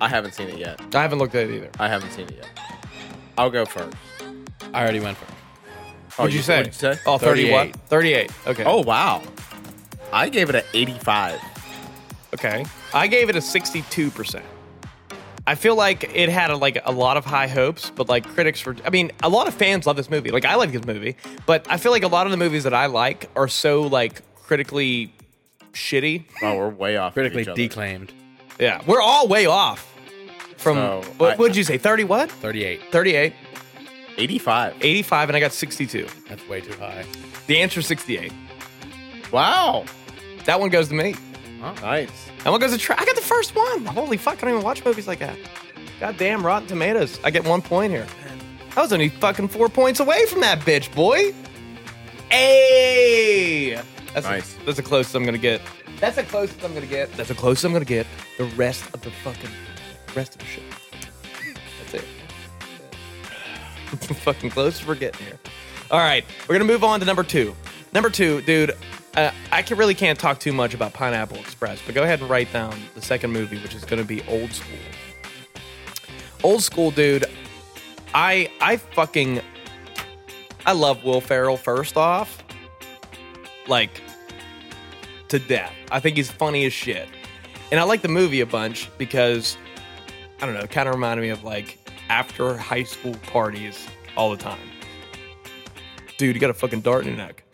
Speaker 2: I haven't seen it yet.
Speaker 1: I haven't looked at it either.
Speaker 2: I haven't seen it yet. I'll go first.
Speaker 3: I already went first.
Speaker 2: Oh,
Speaker 1: What'd you, say?
Speaker 2: what'd you say?
Speaker 1: Oh, 30 what? 38.
Speaker 3: 38.
Speaker 1: Okay.
Speaker 2: Oh wow, I gave it an eighty-five.
Speaker 1: okay. I gave it a 62%. I feel like it had a, like a lot of high hopes, but like critics were I mean, a lot of fans love this movie. Like I like this movie, but I feel like a lot of the movies that I like are so like critically shitty.
Speaker 2: Oh, we're way off. of
Speaker 3: Critically
Speaker 2: each other.
Speaker 3: declaimed,
Speaker 1: Yeah. We're all way off from
Speaker 2: So,
Speaker 1: what
Speaker 2: I-
Speaker 1: would you say? 30 what?
Speaker 3: thirty-eight.
Speaker 1: 38,
Speaker 2: Eighty-five.
Speaker 1: 85 and I got 62.
Speaker 3: That's way too high.
Speaker 1: The answer 68.
Speaker 2: Wow.
Speaker 1: That one goes to me.
Speaker 2: Nice.
Speaker 1: That one goes to try. I got the first one. Holy fuck! I don't even watch movies like that. Goddamn Rotten Tomatoes. I get one point here. I was only fucking four points away from that bitch, boy. Hey, that's
Speaker 2: Nice.
Speaker 1: A, that's the closest I'm gonna get. That's the closest I'm gonna get. That's the closest I'm gonna get. The rest of the fucking rest of the shit. That's it. That's the fucking closest we're getting here. All right, we're gonna move on to number two. Number two, dude. Uh, I can, really can't talk too much about Pineapple Express, but go ahead and write down the second movie, which is gonna be Old School. Old School, dude. I I fucking I love Will Ferrell. First off, like to death. I think he's funny as shit, and I like the movie a bunch because I don't know. It kind of reminded me of like after high school parties all the time. Dude, you got a fucking dart in your neck.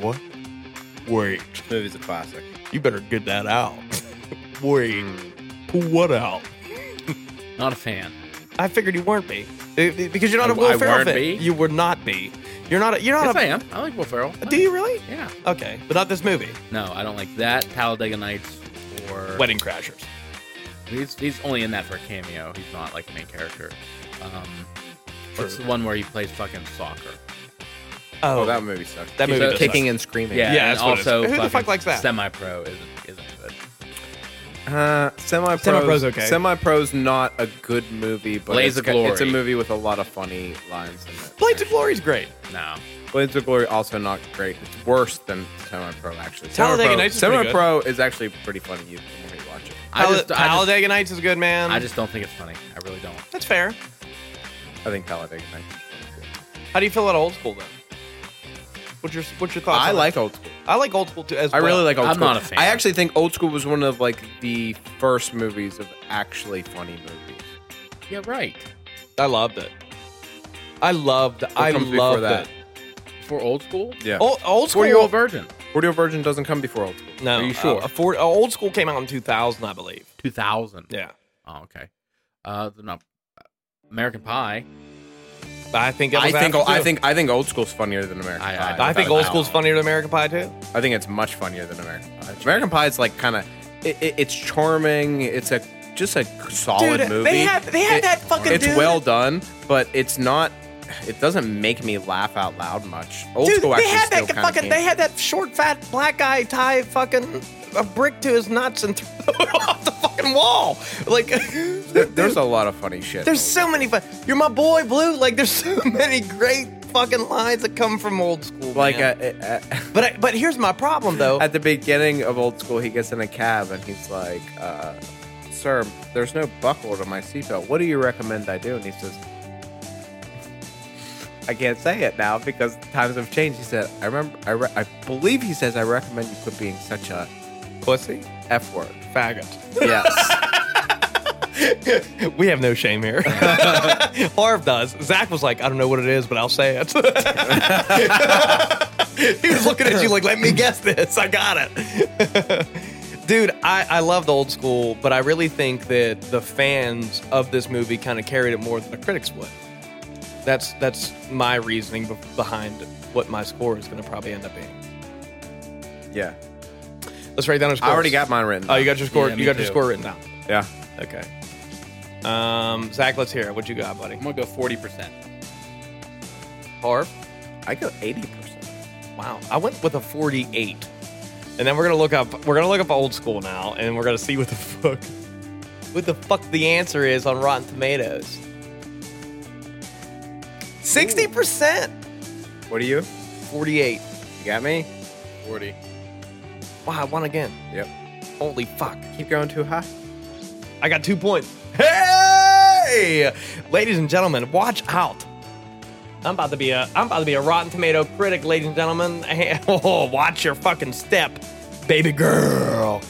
Speaker 2: What? Wait. This movie's a classic.
Speaker 1: You better get that out. Wait, pull what out?
Speaker 3: Not a fan.
Speaker 1: I figured you weren't be It- it- because you're not
Speaker 2: I-
Speaker 1: a Will
Speaker 2: I
Speaker 1: Ferrell
Speaker 2: weren't
Speaker 1: fan.
Speaker 2: be?
Speaker 1: You would not be. You're not. A, you're not
Speaker 3: Yes, I
Speaker 1: a.
Speaker 3: am. I like Will Ferrell.
Speaker 1: Do you really?
Speaker 3: Yeah.
Speaker 1: Okay, but not this movie.
Speaker 3: No, I don't like that. Talladega Nights or
Speaker 1: Wedding Crashers.
Speaker 3: He's he's only in that for a cameo. He's not like a main character. Um, what's
Speaker 1: True.
Speaker 3: the one where he plays fucking soccer?
Speaker 1: Oh,
Speaker 2: Oh, that movie sucks.
Speaker 1: That movie
Speaker 2: So
Speaker 1: does
Speaker 2: kicking
Speaker 1: suck.
Speaker 2: and screaming.
Speaker 3: Yeah,
Speaker 1: Yeah,
Speaker 3: and
Speaker 1: that's what it is.
Speaker 3: also
Speaker 1: Who the fuck
Speaker 3: fucking
Speaker 1: likes that?
Speaker 3: Semi-pro isn't isn't good.
Speaker 2: Uh, semi
Speaker 1: Semi-Pro's okay.
Speaker 2: Semi pro's not a good movie, but
Speaker 3: Blades
Speaker 2: it's,
Speaker 3: of
Speaker 2: ca- it's a
Speaker 3: Glory.
Speaker 2: movie with a lot of funny lines in it.
Speaker 1: Blades of Glory's great.
Speaker 3: No,
Speaker 2: Blades of Glory also not great. It's worse than Semi Pro actually.
Speaker 1: Talladega Nights is pretty good.
Speaker 2: Semi Pro is actually pretty funny. You the more you watch it.
Speaker 3: I
Speaker 1: Tal-
Speaker 3: just- I just-
Speaker 1: Talladega Nights is good, man.
Speaker 3: I just don't think it's funny. I really don't.
Speaker 1: that's fair.
Speaker 2: I think Talladega Nights. Is pretty good.
Speaker 1: How do you feel about old school though? What's your What's your thoughts?
Speaker 2: I
Speaker 1: on
Speaker 2: like old school.
Speaker 1: it? I like old school too. As
Speaker 2: I really
Speaker 1: well.
Speaker 2: like old
Speaker 3: I'm
Speaker 2: school.
Speaker 3: not a fan.
Speaker 2: I actually think old school was one of like the first movies of actually funny movies.
Speaker 3: Yeah, right.
Speaker 1: I loved it. I loved. I
Speaker 2: comes before
Speaker 1: loved
Speaker 2: that?
Speaker 1: it.
Speaker 3: For old school,
Speaker 2: Yeah.
Speaker 1: Old, old school.
Speaker 3: four-year-old virgin,
Speaker 2: Oh, Audio version doesn't come before old school.
Speaker 1: no,
Speaker 3: Are you
Speaker 1: uh,
Speaker 3: sure?
Speaker 1: a four- uh, old school came out in 2000, I believe.
Speaker 3: two thousand.
Speaker 1: Yeah,
Speaker 3: Oh, okay. Uh, no, American Pie.
Speaker 1: I think. That
Speaker 2: I
Speaker 1: was
Speaker 2: think
Speaker 1: after,
Speaker 2: I
Speaker 1: too.
Speaker 2: think I think old school's funnier than American
Speaker 3: I-
Speaker 2: Pie.
Speaker 1: I think old
Speaker 2: Wow.
Speaker 1: school's funnier than American Pie too.
Speaker 2: I think it's much funnier than American Pie. American Pie is like kind of it, it, it's charming. It's a just a solid movie.
Speaker 1: they had they had
Speaker 2: It-
Speaker 1: that fucking.
Speaker 2: It's well done, but it's not it doesn't make me laugh out loud much. Old
Speaker 1: Dude,
Speaker 2: school
Speaker 1: they
Speaker 2: actually
Speaker 1: had
Speaker 2: still
Speaker 1: that
Speaker 2: kinda
Speaker 1: fucking.
Speaker 2: came-
Speaker 1: They had that short, fat black guy tie fucking a brick to his nuts and throw it off the fucking wall. Like,
Speaker 2: There- there's a lot of funny shit.
Speaker 1: There's so many. Fu- You're my boy, Blue. Like, there's so many great fucking lines that come from old school.
Speaker 2: like
Speaker 1: man.
Speaker 2: uh, uh, uh,
Speaker 1: but I, but here's my problem though.
Speaker 2: at the beginning of old school, he gets in a cab and he's like, uh, "Sir, there's no buckle to my seatbelt. What do you recommend I do?" And he says, "I can't say it now because times have changed." He said, "I remember. I, re- I believe he says I recommend you quit being such a
Speaker 1: Pussy,
Speaker 2: f word."
Speaker 1: faggot.
Speaker 2: Yes.
Speaker 1: We have no shame here. Harv does. Zach was like, I don't know what it is, but I'll say it. he was looking at you like, let me guess this. I got it. Dude, I, I love the old school, but I really think that the fans of this movie kind of carried it more than the critics would. That's that's my reasoning be- behind what my score is going to probably end up being.
Speaker 2: yeah.
Speaker 1: Let's write down our scores.
Speaker 2: I already got mine written.
Speaker 1: Oh, you got your score.
Speaker 3: Yeah, me
Speaker 1: you got your
Speaker 3: too.
Speaker 1: score written down.
Speaker 2: Yeah.
Speaker 1: Okay. Um, Zach, let's hear it. What you got, buddy?
Speaker 3: I'm gonna go forty percent.
Speaker 1: Harv.
Speaker 2: I go eighty percent.
Speaker 1: Wow, I went with a 48. And then we're gonna look up. We're gonna look up old school now, and we're gonna see what the fuck, what the fuck the answer is on Rotten Tomatoes. Sixty percent,
Speaker 2: What are you?
Speaker 1: forty-eight.
Speaker 2: You got me?
Speaker 3: Forty.
Speaker 1: Wow, I won again.
Speaker 2: Yep.
Speaker 1: Holy fuck!
Speaker 2: Keep going too high.
Speaker 1: I got two points. Hey, ladies and gentlemen, watch out. I'm about to be a I'm about to be a Rotten Tomato critic, ladies and gentlemen. Oh, watch your fucking step, baby girl.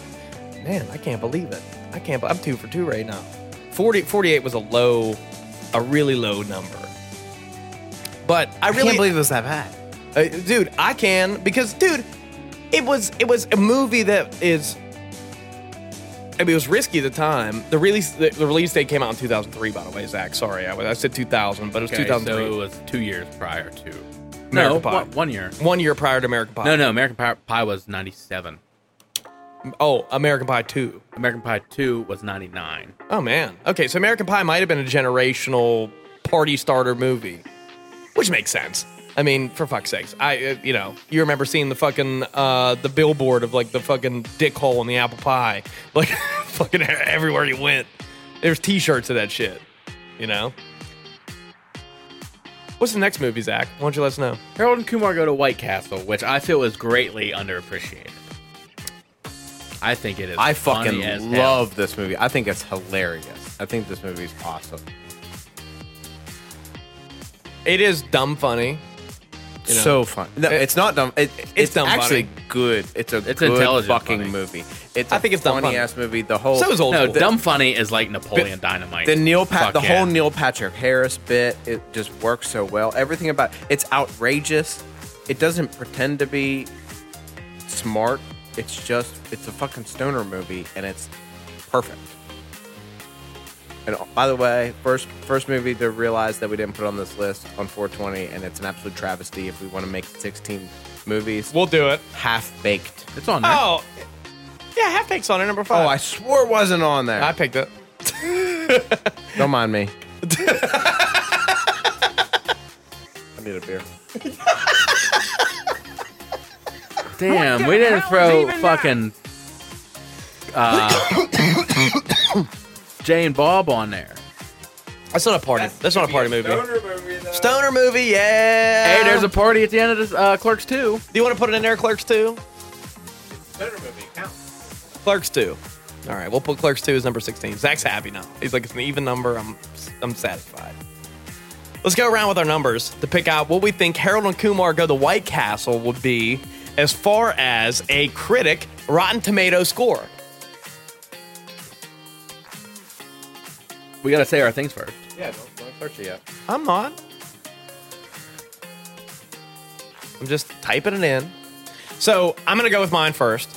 Speaker 1: Man, I can't believe it. I can't. I'm two for two right now. 40, 48 was a low, a really low number. But I really
Speaker 2: it was that bad.
Speaker 1: uh, dude, I can because dude, it was it was a movie that is. I mean, it was risky at the time. The release the, the release date came out in 2003, by the way, Zach. Sorry, I, was- I said 2000, but it was
Speaker 3: Okay, so
Speaker 1: 2003.
Speaker 3: it was two years prior to.
Speaker 1: American Pie.
Speaker 3: one, one year.
Speaker 1: One year prior to American Pie.
Speaker 3: No, no, American Pie, Pie was ninety seven.
Speaker 1: Oh, American Pie 2.
Speaker 3: American Pie two was ninety nine.
Speaker 1: Oh, man. Okay, so American Pie might have been a generational party starter movie, which makes sense. I mean, for fuck's sakes, I uh, you know you remember seeing the fucking uh, the billboard of like the fucking dick hole in the apple pie, like fucking everywhere you went, there's T-shirts of that shit, you know. What's the next movie, Zach? Why don't you let us know?
Speaker 3: Harold and Kumar go to White Castle, which I feel is greatly underappreciated. I think it is.
Speaker 2: I
Speaker 3: funny as
Speaker 2: fucking
Speaker 3: hell.
Speaker 2: love this movie. I think it's hilarious. I think this movie's awesome.
Speaker 1: It is dumb funny. You know.
Speaker 2: So fun. No,
Speaker 1: It-
Speaker 2: it's not dumb. It, it's,
Speaker 1: dumb
Speaker 2: actually
Speaker 1: funny.
Speaker 2: good. It's a
Speaker 3: It's
Speaker 2: good
Speaker 3: intelligent
Speaker 2: fucking
Speaker 3: funny.
Speaker 2: movie. It's a
Speaker 1: I think it's dumb
Speaker 2: funny
Speaker 1: funny.
Speaker 2: ass movie. The whole
Speaker 1: So is old
Speaker 3: No,
Speaker 1: school.
Speaker 3: dumb funny is like Napoleon Dynamite.
Speaker 2: the Neil Pat
Speaker 3: Fuck
Speaker 2: the
Speaker 3: yeah.
Speaker 2: whole Neil Patrick Harris bit. It just works so well. Everything about it's outrageous. It doesn't pretend to be smart. It's just it's a fucking stoner movie, and it's perfect. And uh, by the way, first first movie to realize that we didn't put on this list on 420, and it's an absolute travesty. If we want to make 16 movies,
Speaker 1: We'll do it.
Speaker 2: half baked.
Speaker 3: It's on. there.
Speaker 1: Oh, yeah, half takes on it number
Speaker 2: Oh,
Speaker 1: five.
Speaker 2: I swore it wasn't on there.
Speaker 1: I picked it.
Speaker 2: Don't mind me. I need a beer.
Speaker 3: Damn, we didn't throw fucking uh, Jane Bob on there.
Speaker 1: That's not a party. That's, not a party movie. Stoner movie, Stoner movie, yeah.
Speaker 3: Hey, there's a party at the end of this uh, Clerks 2.
Speaker 1: Do you want to put it in there, Clerks 2? Clerks 2. All right, we'll put Clerks 2 as number 16. Zach's happy now. He's like, it's an even number. I'm, I'm satisfied. Let's go around with our numbers to pick out what we think Harold and Kumar Go to White Castle would be as far as a critic Rotten Tomato score.
Speaker 3: We gotta say our things first.
Speaker 2: Yeah, don't, don't search it yet.
Speaker 1: I'm not. I'm just typing it in. So I'm gonna go with mine first,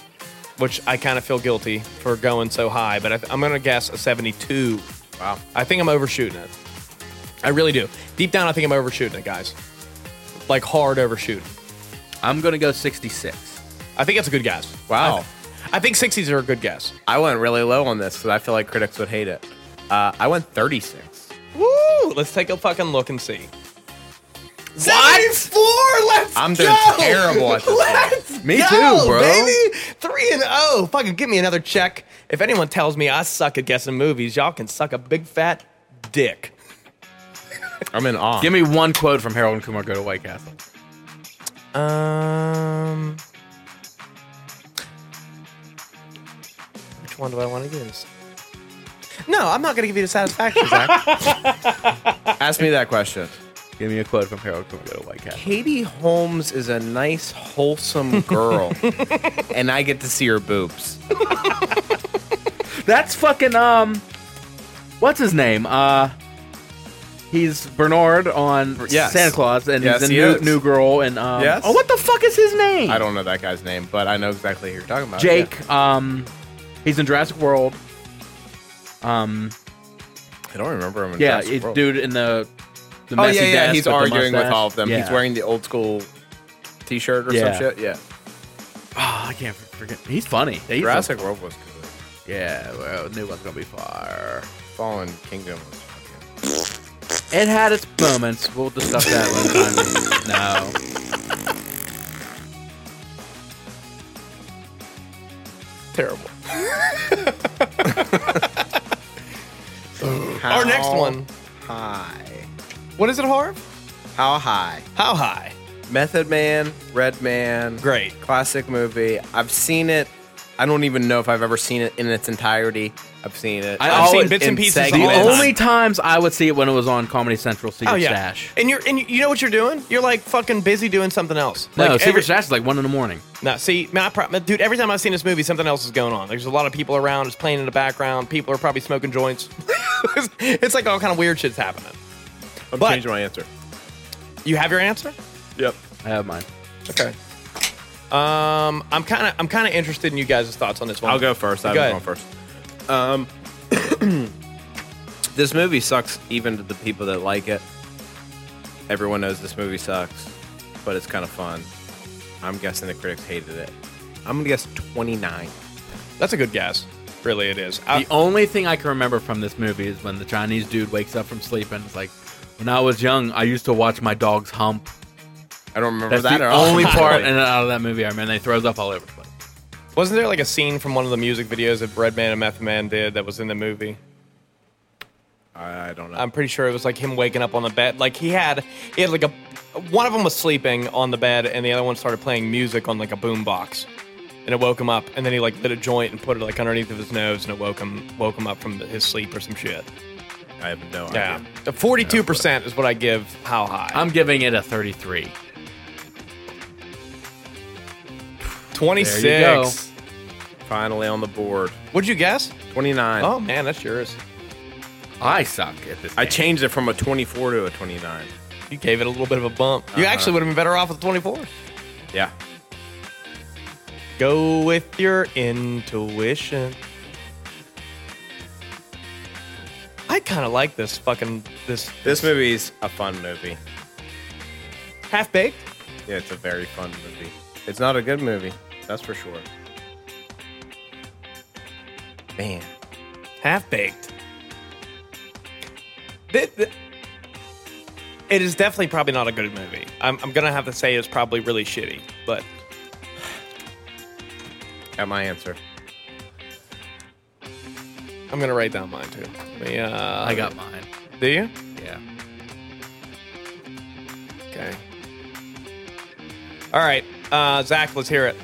Speaker 1: which I kind of feel guilty for going so high, but I th- I'm gonna guess a 72.
Speaker 2: Wow.
Speaker 1: I think I'm overshooting it. I really do. Deep down, I think I'm overshooting it, guys. Like hard overshooting.
Speaker 3: I'm gonna go 66.
Speaker 1: I think it's a good guess. I,
Speaker 2: Wow.
Speaker 1: th- I think 60s are a good guess.
Speaker 2: I went really low on this because I feel like critics would hate it. Uh, I went 36.
Speaker 1: Woo! Let's take a fucking look and see. Seventy-four. Let's
Speaker 2: I'm doing
Speaker 1: go.
Speaker 2: terrible at this one.
Speaker 1: Let's
Speaker 3: Me
Speaker 1: go,
Speaker 3: too, bro.
Speaker 1: Baby. Three and oh. Fucking give me another check. If anyone tells me I suck at guessing movies, y'all can suck a big fat dick.
Speaker 2: I'm in awe.
Speaker 3: Give me one quote from Harold and Kumar Go to White Castle.
Speaker 1: Um. Which one do I want to use? No, I'm not going to give you the satisfaction, Zach.
Speaker 2: Ask me that question.
Speaker 3: Give me a quote from Harold and Kumar Go to White Castle.
Speaker 2: Katie Holmes is a nice, wholesome girl, and I get to see her boobs.
Speaker 3: That's fucking um, what's his name? Uh, he's Bernard on
Speaker 2: Yes.
Speaker 3: Santa Claus, and
Speaker 2: Yes,
Speaker 3: he's in
Speaker 2: he
Speaker 3: new,
Speaker 2: is.
Speaker 3: new Girl, and um,
Speaker 2: Yes.
Speaker 3: oh, what the fuck is his name?
Speaker 2: I don't know that guy's name, but I know exactly who you're talking about.
Speaker 3: Jake. Um, he's in Jurassic World. Um,
Speaker 2: Yeah. I don't remember him. In
Speaker 3: yeah,
Speaker 2: Jurassic
Speaker 3: it's
Speaker 2: World.
Speaker 3: dude in the. the
Speaker 2: Oh
Speaker 3: messy
Speaker 2: yeah, yeah.
Speaker 3: desk
Speaker 2: He's
Speaker 3: the
Speaker 2: arguing with
Speaker 3: mustache.
Speaker 2: all of them. He's
Speaker 3: Yeah.
Speaker 2: wearing the old school T-shirt or
Speaker 3: Yeah.
Speaker 2: some shit. Yeah.
Speaker 3: Oh, I can't forget. He's funny. He's a-
Speaker 2: Jurassic World was good.
Speaker 3: yeah, well, new one's gonna be fire.
Speaker 2: Fallen Kingdom was fucking.
Speaker 3: It had its moments. We'll discuss that one time. No.
Speaker 1: Terrible.
Speaker 2: How
Speaker 1: Our next one.
Speaker 2: High.
Speaker 1: What is it, Harv?
Speaker 2: How high?
Speaker 1: How high?
Speaker 2: Method Man, Red Man.
Speaker 1: Great.
Speaker 2: Classic movie. I've seen it. I don't even know if I've ever seen it in its entirety. I've seen it.
Speaker 3: I
Speaker 1: I've seen
Speaker 3: always-
Speaker 1: bits and
Speaker 2: in
Speaker 1: pieces.
Speaker 2: segments.
Speaker 3: The
Speaker 1: all the
Speaker 3: only
Speaker 1: time.
Speaker 3: times I would see it when it was on Comedy Central Secret
Speaker 1: Oh yeah.
Speaker 3: Stash.
Speaker 1: And you're and you- you know what you're doing? You're like fucking busy doing something else.
Speaker 3: No,
Speaker 1: like
Speaker 3: Secret
Speaker 1: every-
Speaker 3: Stash is like one in the morning.
Speaker 1: No, see, man, I pro- dude, every time I've seen this movie, something else is going on. There's a lot of people around. It's playing in the background. People are probably smoking joints. it's, it's like all kind of weird shit's happening.
Speaker 2: I'm
Speaker 1: But-
Speaker 2: changing my answer.
Speaker 1: You have your answer?
Speaker 2: Yep.
Speaker 3: I have mine.
Speaker 1: Okay. Um, I'm kind of I'm kind of interested in you guys' thoughts on this one.
Speaker 2: I'll go first. I'm
Speaker 1: Go
Speaker 2: going
Speaker 1: ahead.
Speaker 2: first. Um, this movie sucks even to the people that like it. Everyone knows this movie sucks, but it's kind of fun. I'm guessing the critics hated it. I'm gonna guess 29.
Speaker 1: That's a good guess. Really, it is. I,
Speaker 3: The only thing I can remember from this movie is when the Chinese dude wakes up from sleep and it's like, when I was young, I used to watch my dogs hump.
Speaker 2: I don't remember
Speaker 3: That's
Speaker 2: that
Speaker 3: the
Speaker 2: at all.
Speaker 3: only part and out of that movie I remember. And they throws up all over the place.
Speaker 1: wasn't there like a scene from one of the music videos that Breadman and Method Man did that was in the movie?
Speaker 2: I don't know.
Speaker 1: I'm pretty sure it was like him waking up on the bed. Like he had, he had like a, one of them was sleeping on the bed, and the other one started playing music on like a boom box, and it woke him up. And then he like lit a joint and put it like underneath of his nose, and it woke him, woke him up from his sleep or some shit.
Speaker 2: I have no
Speaker 1: Yeah,
Speaker 2: idea.
Speaker 1: forty-two percent is what I give. How high?
Speaker 3: I'm giving it a 33.
Speaker 1: twenty-six.
Speaker 3: There you go.
Speaker 2: Finally on the board.
Speaker 1: What'd you guess?
Speaker 2: 29.
Speaker 1: Oh man, that's yours.
Speaker 3: I suck at this.
Speaker 2: I changed it from a 24 to a 29.
Speaker 1: You gave it a little bit of a bump. You
Speaker 2: Uh-huh.
Speaker 1: actually would have been better off with twenty-four.
Speaker 2: Yeah.
Speaker 1: Go with your intuition. I kind of like this fucking this
Speaker 2: This movie's a fun movie.
Speaker 1: half baked.
Speaker 2: Yeah, it's a very fun movie. It's not a good movie, that's for sure. Man.
Speaker 1: Half baked. Th- th- It is definitely probably not a good movie. I'm, I'm gonna have to say it's probably really shitty. But
Speaker 2: Got my answer.
Speaker 1: I'm gonna write down mine too. Let me, uh,
Speaker 3: I got mine.
Speaker 1: Do you?
Speaker 3: Yeah.
Speaker 1: Okay. All right, uh, Zach, let's hear it.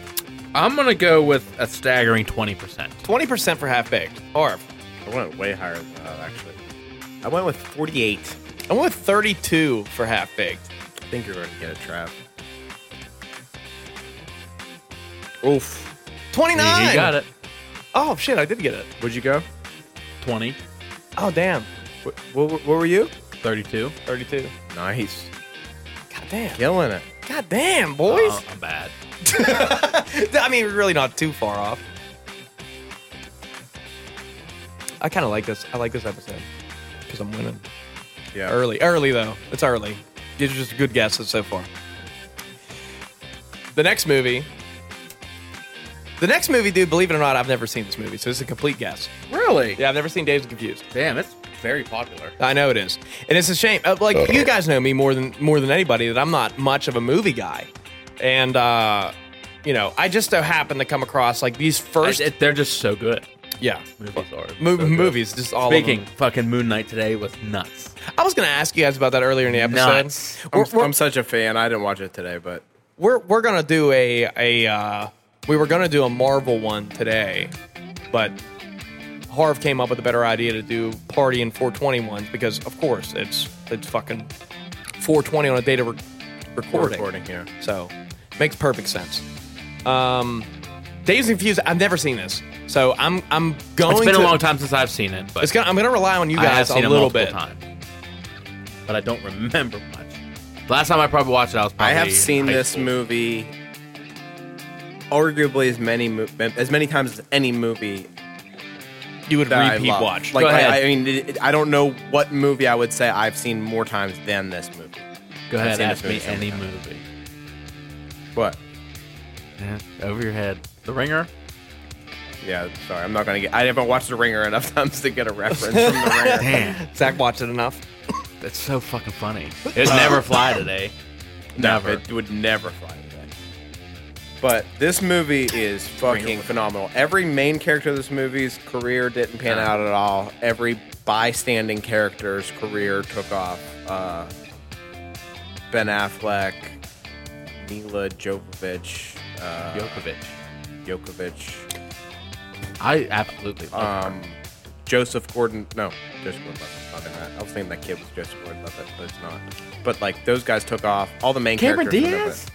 Speaker 3: I'm going to go with a staggering 20%.
Speaker 1: Twenty percent for half baked. Arf.
Speaker 2: I went way higher than that, actually. I went with 48.
Speaker 1: I went with 32 for half baked.
Speaker 2: I think you're going to get a trap. Oof.
Speaker 1: 29.
Speaker 3: He, he got it.
Speaker 1: Oh shit, I did get it.
Speaker 2: Would you go?
Speaker 3: 20,
Speaker 1: Oh damn.
Speaker 2: What, what, were you?
Speaker 3: 32.
Speaker 1: 32.
Speaker 2: Nice.
Speaker 1: God damn.
Speaker 2: Killing it.
Speaker 1: God damn, boys.
Speaker 3: Uh, I'm bad.
Speaker 1: I mean, we're really not too far off. I kind of like this. I like this episode because I'm winning
Speaker 2: Yeah.
Speaker 1: early. Early though, it's early. These are just good guesses so far. The next movie. The next movie, dude. Believe it or not, I've never seen this movie, so it's a complete guess.
Speaker 3: Really?
Speaker 1: Yeah, I've never seen Dave's Confused.
Speaker 3: Damn, it's very popular.
Speaker 1: I know it is, and it's a shame. Uh, Like you guys know me more than more than anybody that I'm not much of a movie guy, and uh, you know I just so happen to come across like these first
Speaker 3: I- they're just so good.
Speaker 1: yeah
Speaker 3: Movies are
Speaker 1: Mo-
Speaker 3: so good.
Speaker 1: movies just all of them.
Speaker 3: Speaking, fucking Moon Knight today was nuts.
Speaker 1: I was gonna ask you guys about that earlier in the episode.
Speaker 3: Nuts.
Speaker 1: We're,
Speaker 2: I'm,
Speaker 1: we're,
Speaker 2: I'm such a fan. I didn't watch it today, but
Speaker 1: we're we're gonna do a a uh, we were gonna do a Marvel one today, but Harv came up with a better idea to do party in 420 ones because of course it's it's fucking 420 on a date of re-
Speaker 2: we're
Speaker 1: recording.
Speaker 2: recording here.
Speaker 1: So makes perfect sense. Um, Days and Confused. I've never seen this, so I'm I'm going.
Speaker 3: It's been
Speaker 1: to,
Speaker 3: a long time since I've seen it, but
Speaker 1: It's gonna, I'm going to rely on you
Speaker 3: I have
Speaker 1: guys a
Speaker 3: seen it
Speaker 1: little
Speaker 3: multiple
Speaker 1: bit.
Speaker 3: times. But I don't remember much. Last time I probably watched it, I was
Speaker 2: I
Speaker 3: probably
Speaker 2: have
Speaker 3: in
Speaker 2: seen
Speaker 3: high
Speaker 2: this
Speaker 3: school.
Speaker 2: movie arguably as many mo- as many times as any movie
Speaker 1: You would
Speaker 2: that I
Speaker 1: repeat
Speaker 2: love.
Speaker 1: watch.
Speaker 2: Like
Speaker 3: Go ahead.
Speaker 2: I, I mean, it, it- I don't know what movie I would say I've seen more times than this movie.
Speaker 3: Go
Speaker 2: I've
Speaker 3: ahead,
Speaker 2: seen
Speaker 3: ask
Speaker 2: this
Speaker 3: me
Speaker 2: movie
Speaker 3: any
Speaker 2: so many
Speaker 3: movie.
Speaker 2: What?
Speaker 3: Yeah, over your head. The Ringer.
Speaker 2: Yeah, sorry, I'm not gonna get. I haven't watched The Ringer enough times to get a reference from The Ringer.
Speaker 3: Damn,
Speaker 1: Zach watched it enough.
Speaker 3: that's so fucking funny. Uh, It was never fly today.
Speaker 2: No,
Speaker 3: Never.
Speaker 2: it would never fly today. But this movie is fucking phenomenal. Every main character of this movie's career didn't pan out at all. Every bystanding character's career took off. Uh, ben Affleck, Mila Jovovich, uh,
Speaker 3: Djokovic.
Speaker 2: Jokovic,
Speaker 3: I absolutely love
Speaker 2: um, Joseph Gordon. No, Joseph Gordon Levitt. Not in that. I was thinking that kid was Joseph Gordon Levitt, but it's not. But like those guys took off. All the main
Speaker 3: Cameron
Speaker 2: characters. were
Speaker 3: Diaz?
Speaker 2: Levitt.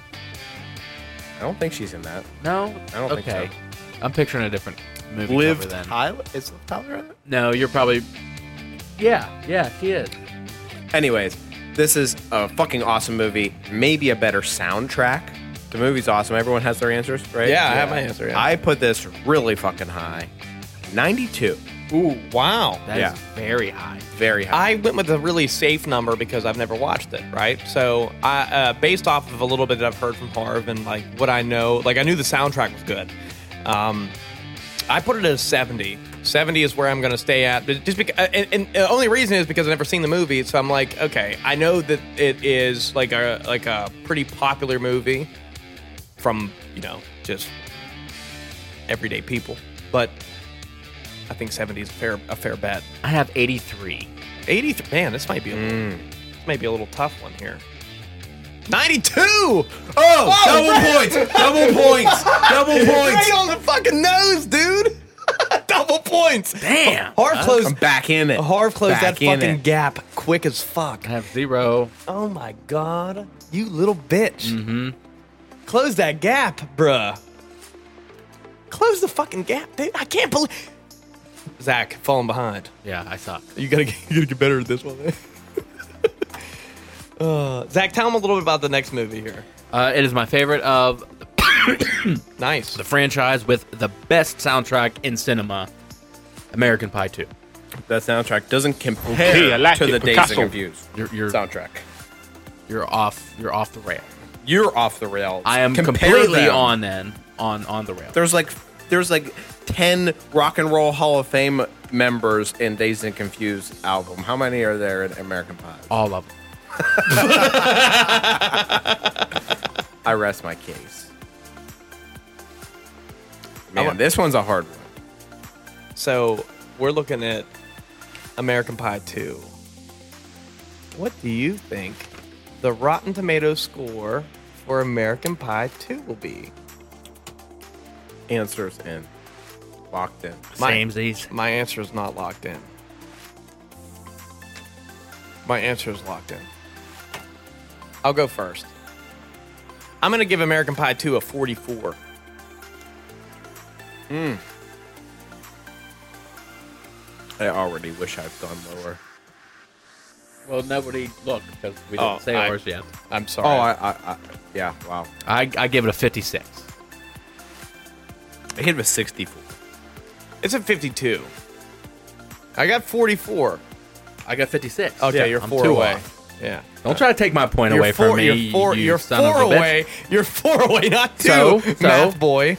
Speaker 2: I don't think she's in that.
Speaker 3: No,
Speaker 2: I don't think
Speaker 3: okay. I'm picturing a different movie cover then.
Speaker 2: Tyler is Tyler in it?
Speaker 3: No, you're probably. Yeah, yeah, he is.
Speaker 2: Anyways, this is a fucking awesome movie. Maybe a better soundtrack. The movie's awesome. Everyone has their answers, right?
Speaker 1: Yeah, I have my answer, yeah.
Speaker 2: I put this really fucking high. 92.
Speaker 1: Ooh, wow.
Speaker 3: That's
Speaker 2: Yeah.
Speaker 3: very high.
Speaker 2: Very high.
Speaker 1: I went with a really safe number because I've never watched it, right? So, I, uh, based off of a little bit that I've heard from Harv and like what I know, like I knew the soundtrack was good. Um, I put it at a 70. 70 is where I'm going to stay at. But just because, and, and the only reason is because I've never seen the movie, so I'm like, okay, I know that it is like a like a pretty popular movie from you know just everyday people, but I think 70 is a fair a fair bet.
Speaker 3: I have 83.
Speaker 1: 83 man this might be a little,
Speaker 2: Mm.
Speaker 1: this might be a little tough one here 92 oh,
Speaker 2: points! Double points! Double
Speaker 1: right on the fucking nose dude double points
Speaker 3: Damn.
Speaker 1: harv
Speaker 2: I'm
Speaker 1: closed
Speaker 2: back in it.
Speaker 1: harv closed
Speaker 2: Back
Speaker 1: that
Speaker 2: in
Speaker 1: fucking
Speaker 2: it.
Speaker 1: gap quick as fuck
Speaker 3: I have zero.
Speaker 1: oh my god you little bitch mm-hmm. close that gap bruh close the fucking gap dude i can't believe zach falling behind
Speaker 3: Yeah, I suck.
Speaker 1: You gotta, get, you gotta get better at this one. uh, Zach, tell him a little bit about the next movie here.
Speaker 3: Uh, it is my favorite of
Speaker 1: Nice.
Speaker 3: the franchise with the best soundtrack in cinema, American Pie 2.
Speaker 2: That soundtrack doesn't compare
Speaker 3: Hey, I like
Speaker 2: to
Speaker 3: it,
Speaker 2: the Days
Speaker 3: Picasso.
Speaker 2: and Confused
Speaker 3: You're you're,
Speaker 2: soundtrack.
Speaker 3: you're off you're off the rail.
Speaker 2: You're off the rails.
Speaker 3: I am
Speaker 2: Compare
Speaker 3: completely
Speaker 2: them.
Speaker 3: on then on on the rail.
Speaker 2: There's like there's like ten rock and roll Hall of Fame members in Dazed and Confused album. How many are there in American Pie?
Speaker 3: All of them.
Speaker 2: I rest my case. Man, this one's a hard one.
Speaker 1: So we're looking at American Pie 2. What do you think the Rotten Tomatoes score for American Pie 2 will be?
Speaker 2: Answers in. Locked in.
Speaker 1: My-
Speaker 3: Samesies.
Speaker 1: My answer is not locked in. My answer is locked in. I'll go first. I'm going to give American Pie 2 a 44.
Speaker 2: I already wish I'd gone lower.
Speaker 3: Well, nobody looked because we
Speaker 1: didn't Oh, say I- ours
Speaker 3: yet.
Speaker 1: I'm sorry.
Speaker 2: Oh, I, I, I yeah, wow.
Speaker 3: I, I give it a 56.
Speaker 2: I hit with 64.
Speaker 1: it's a 52. I got 44.
Speaker 3: I got 56.
Speaker 1: Okay,
Speaker 3: Yeah,
Speaker 1: you're
Speaker 3: I'm
Speaker 1: four
Speaker 3: two
Speaker 1: away.
Speaker 3: off.
Speaker 1: Yeah.
Speaker 3: Don't try to take my point away
Speaker 1: four,
Speaker 3: from me.
Speaker 1: You're four,
Speaker 3: you
Speaker 1: you're
Speaker 3: son
Speaker 1: four
Speaker 3: of a bitch.
Speaker 1: away. You're four away, not two.
Speaker 3: So- so?
Speaker 1: math boy.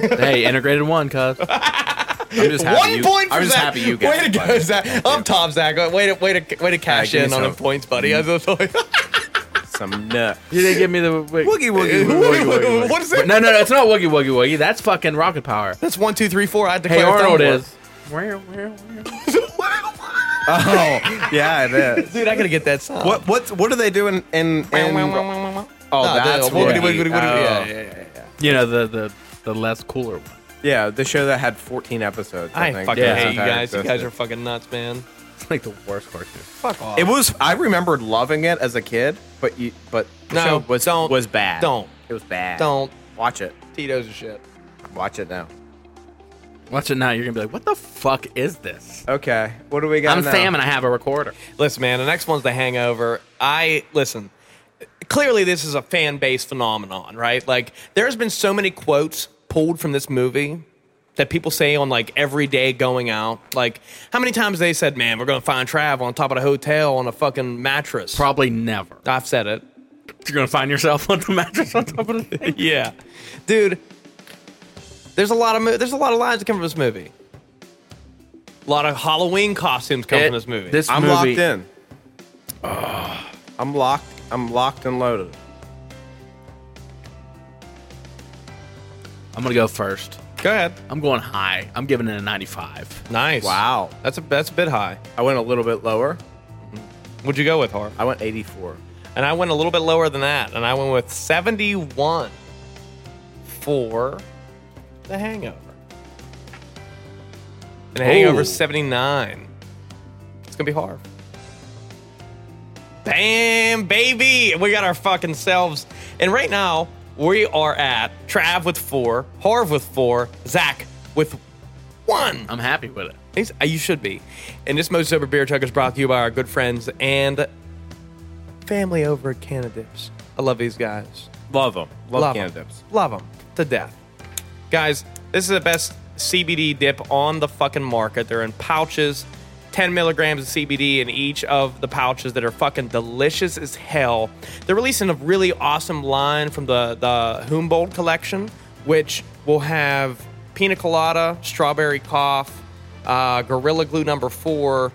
Speaker 3: hey, integrated one, cuz.
Speaker 2: I'm just happy.
Speaker 1: One
Speaker 2: you,
Speaker 1: point for
Speaker 2: I'm just
Speaker 1: Zach.
Speaker 2: happy you got
Speaker 1: Way
Speaker 2: it,
Speaker 1: to go,
Speaker 2: buddy.
Speaker 1: Zach.
Speaker 2: Thank
Speaker 1: Up
Speaker 2: you.
Speaker 1: top, Zach. Way to way to way to cash
Speaker 2: give me
Speaker 1: in on
Speaker 2: some.
Speaker 1: the points, buddy. I was like,
Speaker 2: Some nut.
Speaker 3: You didn't give me the wait.
Speaker 2: Woogie woogie.
Speaker 1: Woogie, woogie. What is it?
Speaker 3: No, no, no. It's not woogie woogie woogie. That's fucking rocket power.
Speaker 1: That's one, two, three, four. I declare.
Speaker 3: Hey, Arnold
Speaker 1: Thumb
Speaker 3: is. Where, where, where?
Speaker 2: Oh, yeah, it is.
Speaker 1: Dude, I gotta get that song.
Speaker 2: What what what do they do in in, in Oh,
Speaker 1: No,
Speaker 2: that's
Speaker 1: the- what-
Speaker 2: what.
Speaker 1: what- what- what- what-
Speaker 2: Oh.
Speaker 1: yeah, yeah, yeah.
Speaker 3: You know the the the less cooler one.
Speaker 2: Yeah, the show that had 14 episodes. I,
Speaker 1: I
Speaker 2: think.
Speaker 1: fucking
Speaker 3: Yeah.
Speaker 1: hate you
Speaker 2: Sometimes
Speaker 1: guys. You
Speaker 2: it's-
Speaker 1: guys are fucking nuts, man.
Speaker 3: It's like the worst cartoon.
Speaker 1: Fuck off.
Speaker 2: It was. I remembered loving it as a kid, but you, but the
Speaker 1: No,
Speaker 2: show was
Speaker 1: don't.
Speaker 2: was bad.
Speaker 1: Don't.
Speaker 2: It was bad.
Speaker 1: Don't.
Speaker 2: watch it.
Speaker 1: Tito's a shit.
Speaker 2: Watch it now.
Speaker 3: Watch it now. You're gonna be like, what the fuck is this?
Speaker 2: Okay, what do we got?
Speaker 3: I'm
Speaker 2: now?
Speaker 3: Sam and I have a recorder.
Speaker 1: Listen, man, the next one's The Hangover. I listen. Clearly, this is a fan base phenomenon, right? Like, there's been so many quotes pulled from this movie that people say on like every day going out. Like, how many times they said, "Man, we're gonna find Trav on top of the hotel on a fucking mattress."
Speaker 3: Probably never.
Speaker 1: I've said it.
Speaker 3: You're gonna find yourself on the mattress on top of the thing.
Speaker 1: Yeah, dude. There's a lot of mo- there's a lot of lines that come from this movie. A lot of Halloween costumes come from this movie.
Speaker 3: This
Speaker 2: I'm
Speaker 3: movie,
Speaker 2: locked in. I'm locked. I'm locked and loaded.
Speaker 3: I'm gonna go first.
Speaker 1: Go ahead.
Speaker 3: I'm going high. I'm giving it a 95.
Speaker 1: Nice.
Speaker 2: Wow,
Speaker 1: That's a that's a bit high.
Speaker 2: I went a little bit lower.
Speaker 1: Would you go with Harp?
Speaker 2: I went 84.
Speaker 1: And I went a little bit lower than that, and I went with 71 for The Hangover. And The Hangover 79. It's going to be hard. Bam, baby! We got our fucking selves. And right now, we are at Trav with four, Harv with four, Zach with one.
Speaker 3: I'm happy with it.
Speaker 1: He's- uh, you should be. And this Most Sober Beer Truck is brought to you by our good friends and family over at Canadips. I love these guys.
Speaker 2: Love them. Love,
Speaker 1: Love 'em.
Speaker 2: Canada dips.
Speaker 1: Love them to death. Guys, this is the best CBD dip on the fucking market. They're in pouches, 10 milligrams of CBD in each of the pouches that are fucking delicious as hell. They're releasing a really awesome line from the, the Humboldt collection, which will have pina colada, strawberry cough, uh, gorilla glue number four,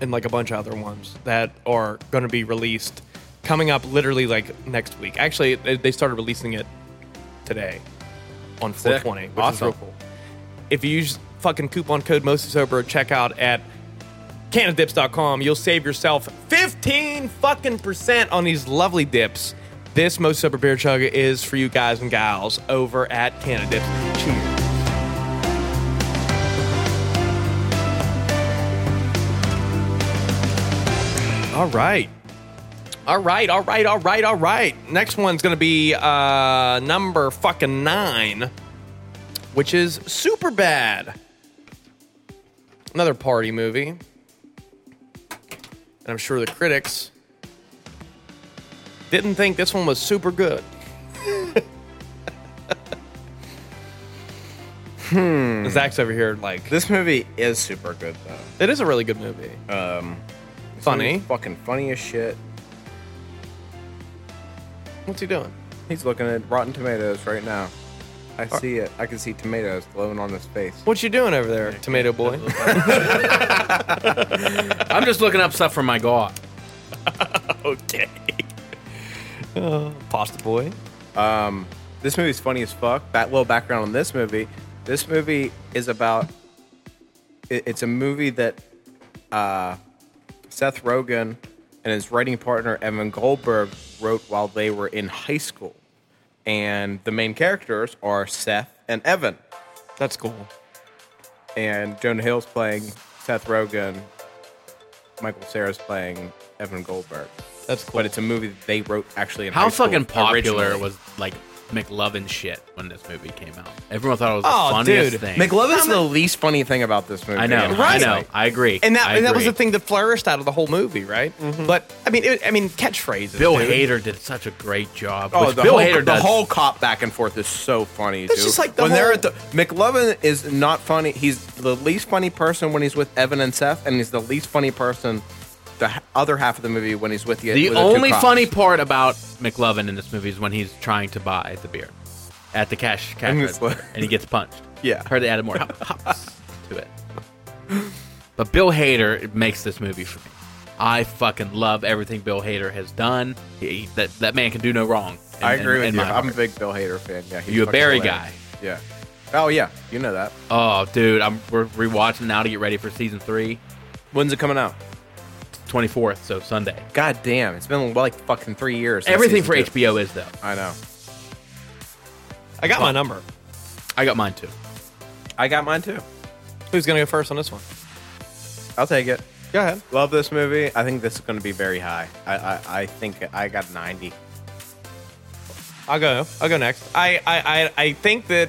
Speaker 1: and like a bunch of other ones that are going to be released coming up literally like next week. Actually, they they started releasing it today on 420, which is
Speaker 2: Awesome.
Speaker 1: real cool. If you use fucking coupon code MostlySober at checkout at canadips.com, you'll save yourself 15 fucking percent on these lovely dips. This Most Sober Beer Chug is for you guys and gals over at Canadips. Cheers. All right. All right, all right, all right, all right. Next one's going to be uh, number fucking nine, which is Super Bad. Another party movie. And I'm sure the critics didn't think this one was super good. hmm. Zach's over here, like,
Speaker 2: This movie is super good though.
Speaker 1: it is a really good movie.
Speaker 2: This
Speaker 1: Funny.
Speaker 2: movie's Fucking funny as shit.
Speaker 1: What's he doing?
Speaker 2: He's looking at Rotten Tomatoes right now. I see it. I can see tomatoes glowing on his face.
Speaker 1: What you doing over there, tomato boy?
Speaker 3: I'm just looking up stuff for my god.
Speaker 1: okay. Uh, pasta boy.
Speaker 2: This movie's funny as fuck. That little background on this movie. This movie is about. it- it's a movie that uh, Seth Rogen and his writing partner Evan Goldberg wrote while they were in high school, and the main characters are Seth and Evan.
Speaker 1: That's cool.
Speaker 2: and Jonah Hill's playing Seth Rogen, Michael Cera's playing Evan Goldberg.
Speaker 1: That's cool.
Speaker 2: But it's a movie that they wrote actually in
Speaker 3: How
Speaker 2: high school
Speaker 3: fucking popular
Speaker 2: originally.
Speaker 3: was like McLovin shit when this movie came out? Everyone thought it was the
Speaker 1: Oh,
Speaker 3: funniest
Speaker 1: dude.
Speaker 3: thing.
Speaker 2: McLovin's the least funny thing about this movie.
Speaker 3: I know.
Speaker 1: Right.
Speaker 3: I know. I agree.
Speaker 1: and that
Speaker 3: I
Speaker 1: and that was
Speaker 3: agree.
Speaker 1: the thing that flourished out of the whole movie, right? But I mean, it, I mean, catchphrases.
Speaker 3: Bill
Speaker 1: dude.
Speaker 3: Hader did such a great job.
Speaker 2: Oh,
Speaker 3: which
Speaker 2: the,
Speaker 3: Bill
Speaker 2: whole,
Speaker 3: Hader
Speaker 2: the
Speaker 3: does.
Speaker 2: whole cop back and forth is so funny.
Speaker 1: That's
Speaker 2: dude.
Speaker 1: just like the
Speaker 2: when
Speaker 1: whole-
Speaker 2: they're at the McLovin is not funny. He's the least funny person when he's with Evan and Seth, and he's the least funny person the h- other half of the movie when he's with the.
Speaker 3: The
Speaker 2: with two
Speaker 3: only
Speaker 2: cops.
Speaker 3: funny part about McLovin in this movie is when he's trying to buy the beer at the cash cash
Speaker 2: And he's
Speaker 3: register
Speaker 2: like-
Speaker 3: and he gets punched.
Speaker 2: Yeah.
Speaker 3: heard they added more. Hop, hops. to it. But Bill Hader makes this movie for me. I fucking love everything Bill Hader has done. He, that that man can do no wrong. in-
Speaker 2: I agree
Speaker 3: in-
Speaker 2: with
Speaker 3: in
Speaker 2: you.
Speaker 3: my
Speaker 2: I'm a
Speaker 3: heart.
Speaker 2: big Bill Hader fan. Yeah, he's
Speaker 3: You a
Speaker 2: fucking
Speaker 3: Barry
Speaker 2: hilarious. Yeah. Oh yeah, you know that.
Speaker 3: Oh, dude, I'm we're rewatching now to get ready for season three,
Speaker 2: When's it coming out?
Speaker 3: 24th, so Sunday.
Speaker 2: God damn, it's been like fucking three years. since
Speaker 3: Everything
Speaker 2: season
Speaker 3: for
Speaker 2: two.
Speaker 3: HBO is though.
Speaker 2: I know.
Speaker 1: I got my number.
Speaker 3: I got mine too.
Speaker 2: I got mine too.
Speaker 1: Who's gonna go first on this one?
Speaker 2: I'll take it.
Speaker 1: Go ahead.
Speaker 2: Love this movie. I think this is going to be very high. I, I, I think I got 90.
Speaker 1: I'll go. I'll go next. I, I, I, I think that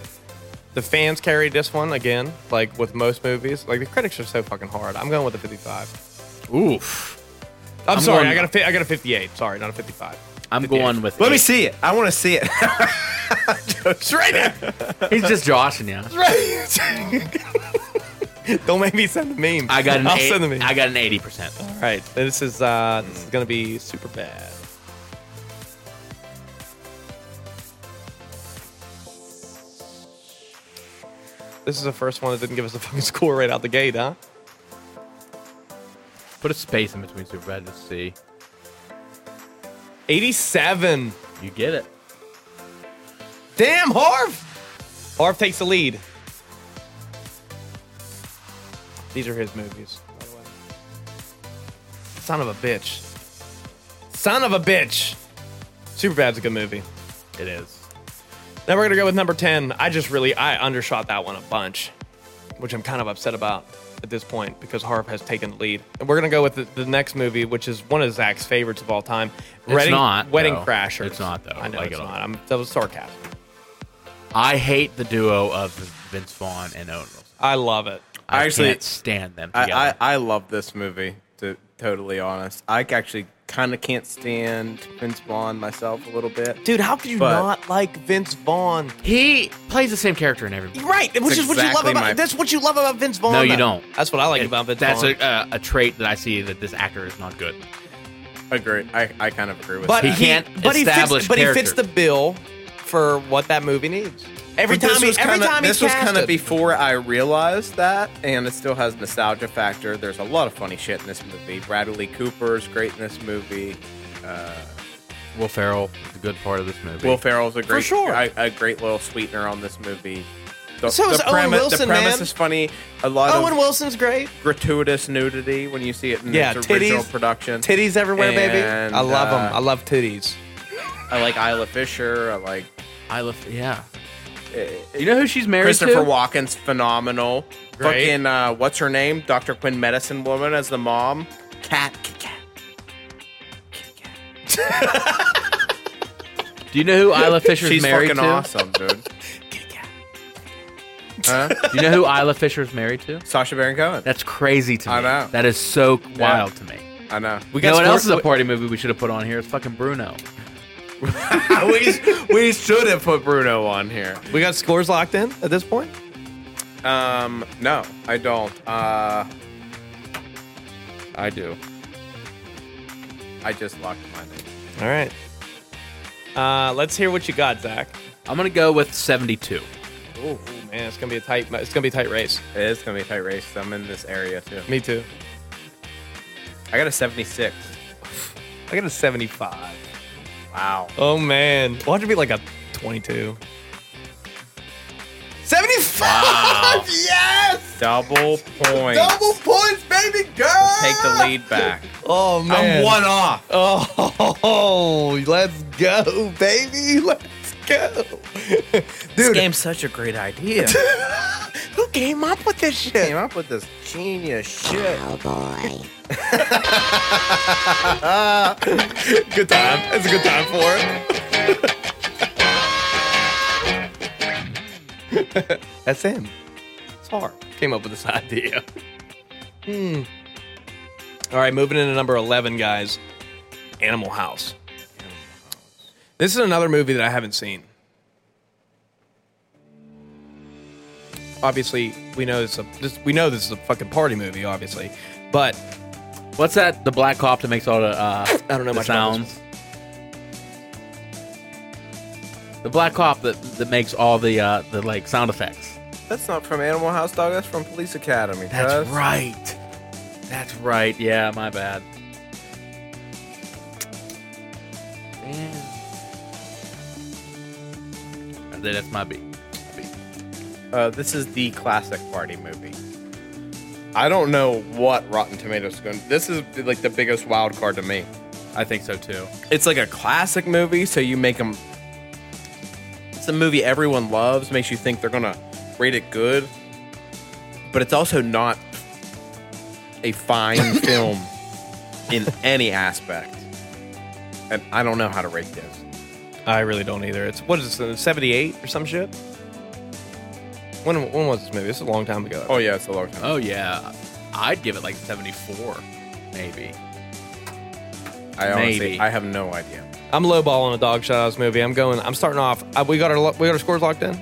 Speaker 1: the fans carried this one again, like with most movies. Like the critics are so fucking hard. I'm going with a 55.
Speaker 3: Oof.
Speaker 1: I'm,
Speaker 3: I'm
Speaker 1: sorry.
Speaker 3: going-
Speaker 1: I got a, fi- I got a 58. Sorry, not a 55.
Speaker 3: I'm going with.
Speaker 2: Let me
Speaker 3: eight.
Speaker 2: see it. I want to see it.
Speaker 1: It's right there.
Speaker 3: He's just joshing you.
Speaker 1: It's right. Don't make me send the meme.
Speaker 3: I got an.
Speaker 1: I'll
Speaker 3: eight-
Speaker 1: send the meme.
Speaker 3: I got an eighty percent.
Speaker 1: All right. This is uh, this is gonna be super bad. This is the first one that didn't give us a fucking score right out the gate, huh?
Speaker 3: Put a space in between Superbad. Just see.
Speaker 1: 87.
Speaker 3: You get it.
Speaker 1: Damn, Harv! Harv takes the lead. These are his movies, by the way. Son of a bitch. Son of a bitch! Superbad's a good movie.
Speaker 3: It is.
Speaker 1: Now we're gonna go with number 10. I just really, I undershot that one a bunch, which I'm kind of upset about at this point because Harv has taken the lead. And we're gonna go with the, the next movie, which is one of Zach's favorites of all time.
Speaker 3: It's not,
Speaker 1: Wedding
Speaker 3: though.
Speaker 1: Crashers.
Speaker 3: It's not, though.
Speaker 1: I know
Speaker 3: Like,
Speaker 1: it's
Speaker 3: at all.
Speaker 1: not. I'm, that was sarcasm.
Speaker 3: I hate the duo of Vince Vaughn and Owen Wilson.
Speaker 1: I love it.
Speaker 3: I
Speaker 2: Actually,
Speaker 3: can't stand them together.
Speaker 2: I, I, I love this movie, to totally honest. I actually kind of can't stand Vince Vaughn myself a little bit.
Speaker 1: Dude, how could you
Speaker 2: But-
Speaker 1: not like Vince Vaughn?
Speaker 3: he plays the same character in every movie.
Speaker 1: Right, which is what you love
Speaker 2: exactly
Speaker 1: about.
Speaker 2: my-
Speaker 1: That's what you love about Vince Vaughn.
Speaker 3: No, you
Speaker 1: though.
Speaker 3: don't.
Speaker 1: That's what I like
Speaker 3: It-
Speaker 1: about Vince
Speaker 3: that's
Speaker 1: Vaughn.
Speaker 3: a, uh, a trait that I see that this actor is not good.
Speaker 2: Agree. I, I kind of agree with
Speaker 1: but
Speaker 2: that.
Speaker 3: he can't
Speaker 1: but he
Speaker 3: establish
Speaker 1: fits, but he fits
Speaker 3: character.
Speaker 1: the bill for what that movie needs. Every
Speaker 2: But
Speaker 1: time, he, every
Speaker 2: kinda,
Speaker 1: time
Speaker 2: this
Speaker 1: he's
Speaker 2: was kind of
Speaker 1: casted.
Speaker 2: before I realized that, and it still has nostalgia factor. There's a lot of funny shit in this movie. Bradley Cooper's great in this movie.
Speaker 3: Will Ferrell is a good part of this movie.
Speaker 2: Will Ferrell's a great,
Speaker 1: sure.
Speaker 2: a, a great little sweetener on this movie. The,
Speaker 1: So is
Speaker 2: the
Speaker 1: Owen
Speaker 2: premise,
Speaker 1: Wilson,
Speaker 2: The premise
Speaker 1: man.
Speaker 2: is funny. A lot
Speaker 1: Owen
Speaker 2: of
Speaker 1: Wilson's great.
Speaker 2: gratuitous nudity when you see it in
Speaker 1: Yeah,
Speaker 2: its
Speaker 1: titties.
Speaker 2: original production.
Speaker 1: Titties everywhere, baby.
Speaker 2: And,
Speaker 1: I love them.
Speaker 2: uh,
Speaker 1: I love titties.
Speaker 2: I like Isla Fisher. I like
Speaker 3: I love. Yeah. You know who she's married
Speaker 2: Christopher
Speaker 3: to?
Speaker 2: Walken's phenomenal.
Speaker 1: Great.
Speaker 2: Fucking uh, what's her name? Dr. Quinn Medicine Woman as the mom. Cat. Cat.
Speaker 3: Do you know who Isla Fisher's
Speaker 2: She's
Speaker 3: married
Speaker 2: fucking
Speaker 3: to?
Speaker 2: awesome, dude. huh?
Speaker 3: Do you know who Isla Fisher's married to?
Speaker 2: Sasha Baron Cohen.
Speaker 3: That's crazy to me.
Speaker 2: I know.
Speaker 3: That is so wild to me.
Speaker 2: I know.
Speaker 3: We got you know what
Speaker 1: score-
Speaker 3: else is a party movie we should have put on here? It's fucking Bruno.
Speaker 2: we, we should have put Bruno on here.
Speaker 1: We got scores locked in at this point.
Speaker 2: Um, no, I don't. Uh,
Speaker 3: I do.
Speaker 2: I just locked mine. in.
Speaker 1: All right. Uh, let's hear what you got, Zach.
Speaker 3: I'm gonna go with 72.
Speaker 1: Oh man, it's gonna be a tight. It's gonna be a tight race.
Speaker 2: It is gonna be a tight race. I'm in this area too.
Speaker 1: Me too.
Speaker 2: I got a 76.
Speaker 1: I got a seventy-five.
Speaker 2: Wow.
Speaker 1: Oh man, why don't you be like a 22? 75! Yes!
Speaker 2: Double point.
Speaker 1: Double points, baby girl!
Speaker 2: Take the lead back.
Speaker 1: Oh man.
Speaker 2: I'm one off.
Speaker 1: Oh, let's go, baby. Let's go. Dude,
Speaker 2: game's such a great idea.
Speaker 1: who came up with this
Speaker 2: Came
Speaker 1: shit?
Speaker 2: up with this genius shit.
Speaker 1: Good time. It's a good time for it. That's him. It's hard. Came up with this idea. Hmm. All right, moving into number 11, guys Animal House. This is another movie that I haven't seen. Obviously, we know it's a this, we know this is a fucking party movie, obviously, but
Speaker 3: What's that? The black cop that makes all the uh,
Speaker 1: I don't know
Speaker 3: the
Speaker 1: much about this
Speaker 3: sounds. The black cop that that makes all the uh, the like sound effects.
Speaker 2: That's not from Animal House Dog. That's from Police Academy.
Speaker 3: That's
Speaker 2: cuz.
Speaker 3: right. That's right. Yeah, my bad. Man. That's my beat.
Speaker 2: Uh, this is the classic party movie. I don't know what Rotten Tomatoes is going. This is like the biggest wild card to me.
Speaker 3: I think so too.
Speaker 2: It's like a classic movie, so you make them. It's a movie everyone loves. Makes you think they're gonna rate it good, but it's also not a fine film in any aspect. And I don't know how to rate this.
Speaker 1: I really don't either. It's what is this, '78 or some shit? When when was this movie? This is a long time ago.
Speaker 2: Oh yeah, it's a long time.
Speaker 3: Oh yeah, I'd give it like seventy-four, maybe.
Speaker 2: I honestly,
Speaker 3: maybe.
Speaker 2: I have no idea.
Speaker 1: I'm lowballing a dog shit out of this movie. I'm going. I'm starting off. uh, we got our lo- we got our scores locked in.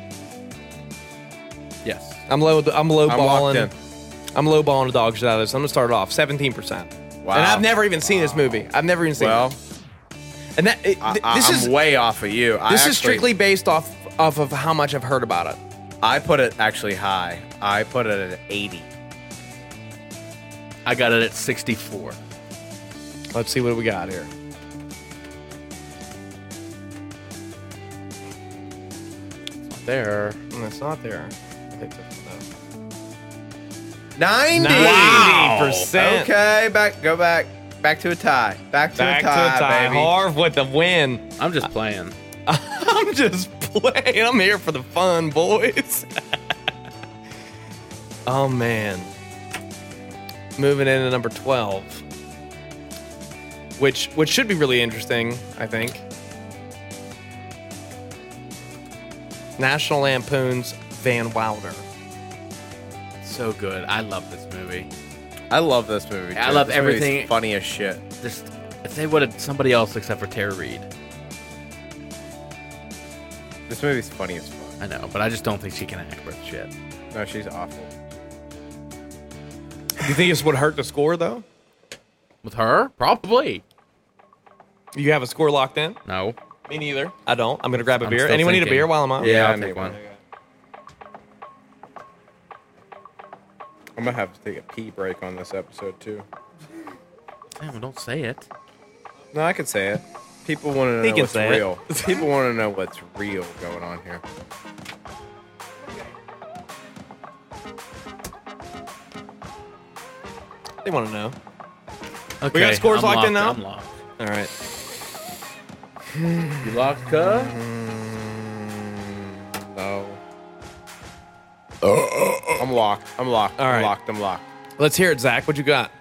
Speaker 3: Yes.
Speaker 1: I'm low. I'm
Speaker 2: I'm locked
Speaker 1: lowballing.
Speaker 2: in.
Speaker 1: I'm lowballing a dog shit out of this. I'm gonna start it off 17. percent
Speaker 2: Wow.
Speaker 1: And I've never even seen this movie. I've never even seen.
Speaker 2: Well,
Speaker 1: it. and that it,
Speaker 2: I,
Speaker 1: th-
Speaker 2: I-
Speaker 1: this
Speaker 2: I'm
Speaker 1: is
Speaker 2: way off of you. I
Speaker 1: this
Speaker 2: actually-
Speaker 1: is strictly based off off of how much I've heard about it.
Speaker 2: I put it actually high. I put it at 80.
Speaker 3: I got it at sixty-four.
Speaker 1: Let's see what we got here.
Speaker 3: There.
Speaker 1: Mm, It's not there. I think that's
Speaker 2: 90.
Speaker 1: percent.
Speaker 2: Okay, back. Go back. Back to a tie. Back to
Speaker 1: Back
Speaker 2: a tie,
Speaker 1: to tie.
Speaker 2: baby.
Speaker 1: Harv with the win.
Speaker 3: I'm just playing.
Speaker 1: I'm just playing. I'm here for the fun, boys. oh man. Moving into number 12. Which which should be really interesting, I think. National Lampoon's Van Wilder.
Speaker 3: So good. I love this movie.
Speaker 2: I love this movie.
Speaker 3: I
Speaker 2: too.
Speaker 3: love
Speaker 2: This movie's
Speaker 3: everything.
Speaker 2: Funny as shit.
Speaker 3: Just if they would have somebody else except for Tara Reid.
Speaker 2: This movie's funny as fuck.
Speaker 3: I know, but I just don't think she can act worth shit.
Speaker 2: No, she's awful.
Speaker 1: Do you think this would hurt the score though?
Speaker 3: With her, probably.
Speaker 1: You have a score locked in?
Speaker 3: No.
Speaker 1: Me neither. I don't. I'm gonna grab a
Speaker 3: I'm
Speaker 1: beer.
Speaker 3: still
Speaker 1: Anyone need a
Speaker 3: thinking.
Speaker 1: beer while I'm on?
Speaker 3: Yeah,
Speaker 2: I
Speaker 3: I'll
Speaker 2: need
Speaker 3: take one.
Speaker 2: I'm gonna have to take a pee break on this episode too.
Speaker 3: Damn, don't say it.
Speaker 2: No, I can say it. People want to
Speaker 1: He
Speaker 2: know
Speaker 1: can
Speaker 2: what's
Speaker 1: say it.
Speaker 2: real. People want to know what's real going on here.
Speaker 1: They want to know.
Speaker 3: Okay.
Speaker 1: scores
Speaker 3: I'm
Speaker 1: locked in now?
Speaker 3: I'm locked.
Speaker 1: All right.
Speaker 3: You locked, cuh?
Speaker 2: No. I'm locked. I'm locked.
Speaker 1: All right.
Speaker 2: I'm locked. I'm locked.
Speaker 1: Let's hear it, Zach. What you got?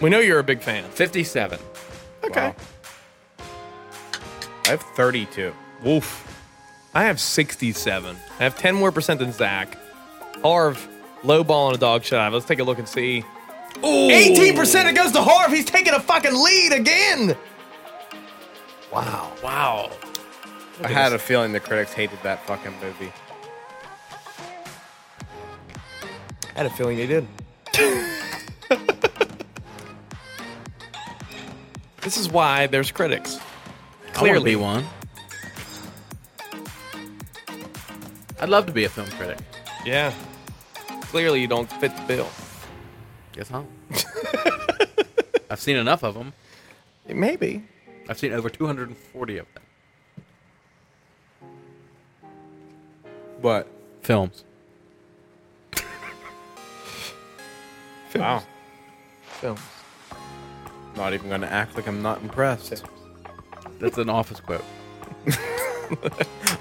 Speaker 1: We know you're a big fan.
Speaker 3: 57.
Speaker 2: Okay. I have 32.
Speaker 1: Woof. I have 67. I have 10 more percent than Zach. Harv, low ball and a dog shot. Let's take a look and see. Ooh. 18% it goes to Harv. He's taking a fucking lead again. Wow.
Speaker 3: Wow.
Speaker 2: I had a feeling the critics hated that fucking movie.
Speaker 1: I had a feeling they did. this is why there's critics. Clearly.
Speaker 3: I wanna be one. I'd love to be a film critic.
Speaker 1: Yeah. Clearly you don't fit the bill.
Speaker 3: Guess not. I've seen enough of them.
Speaker 1: Maybe.
Speaker 3: I've seen over 240 of them.
Speaker 2: But
Speaker 3: Films.
Speaker 2: wow,
Speaker 1: Films.
Speaker 2: not even gonna act like I'm not impressed.
Speaker 3: That's an office quote.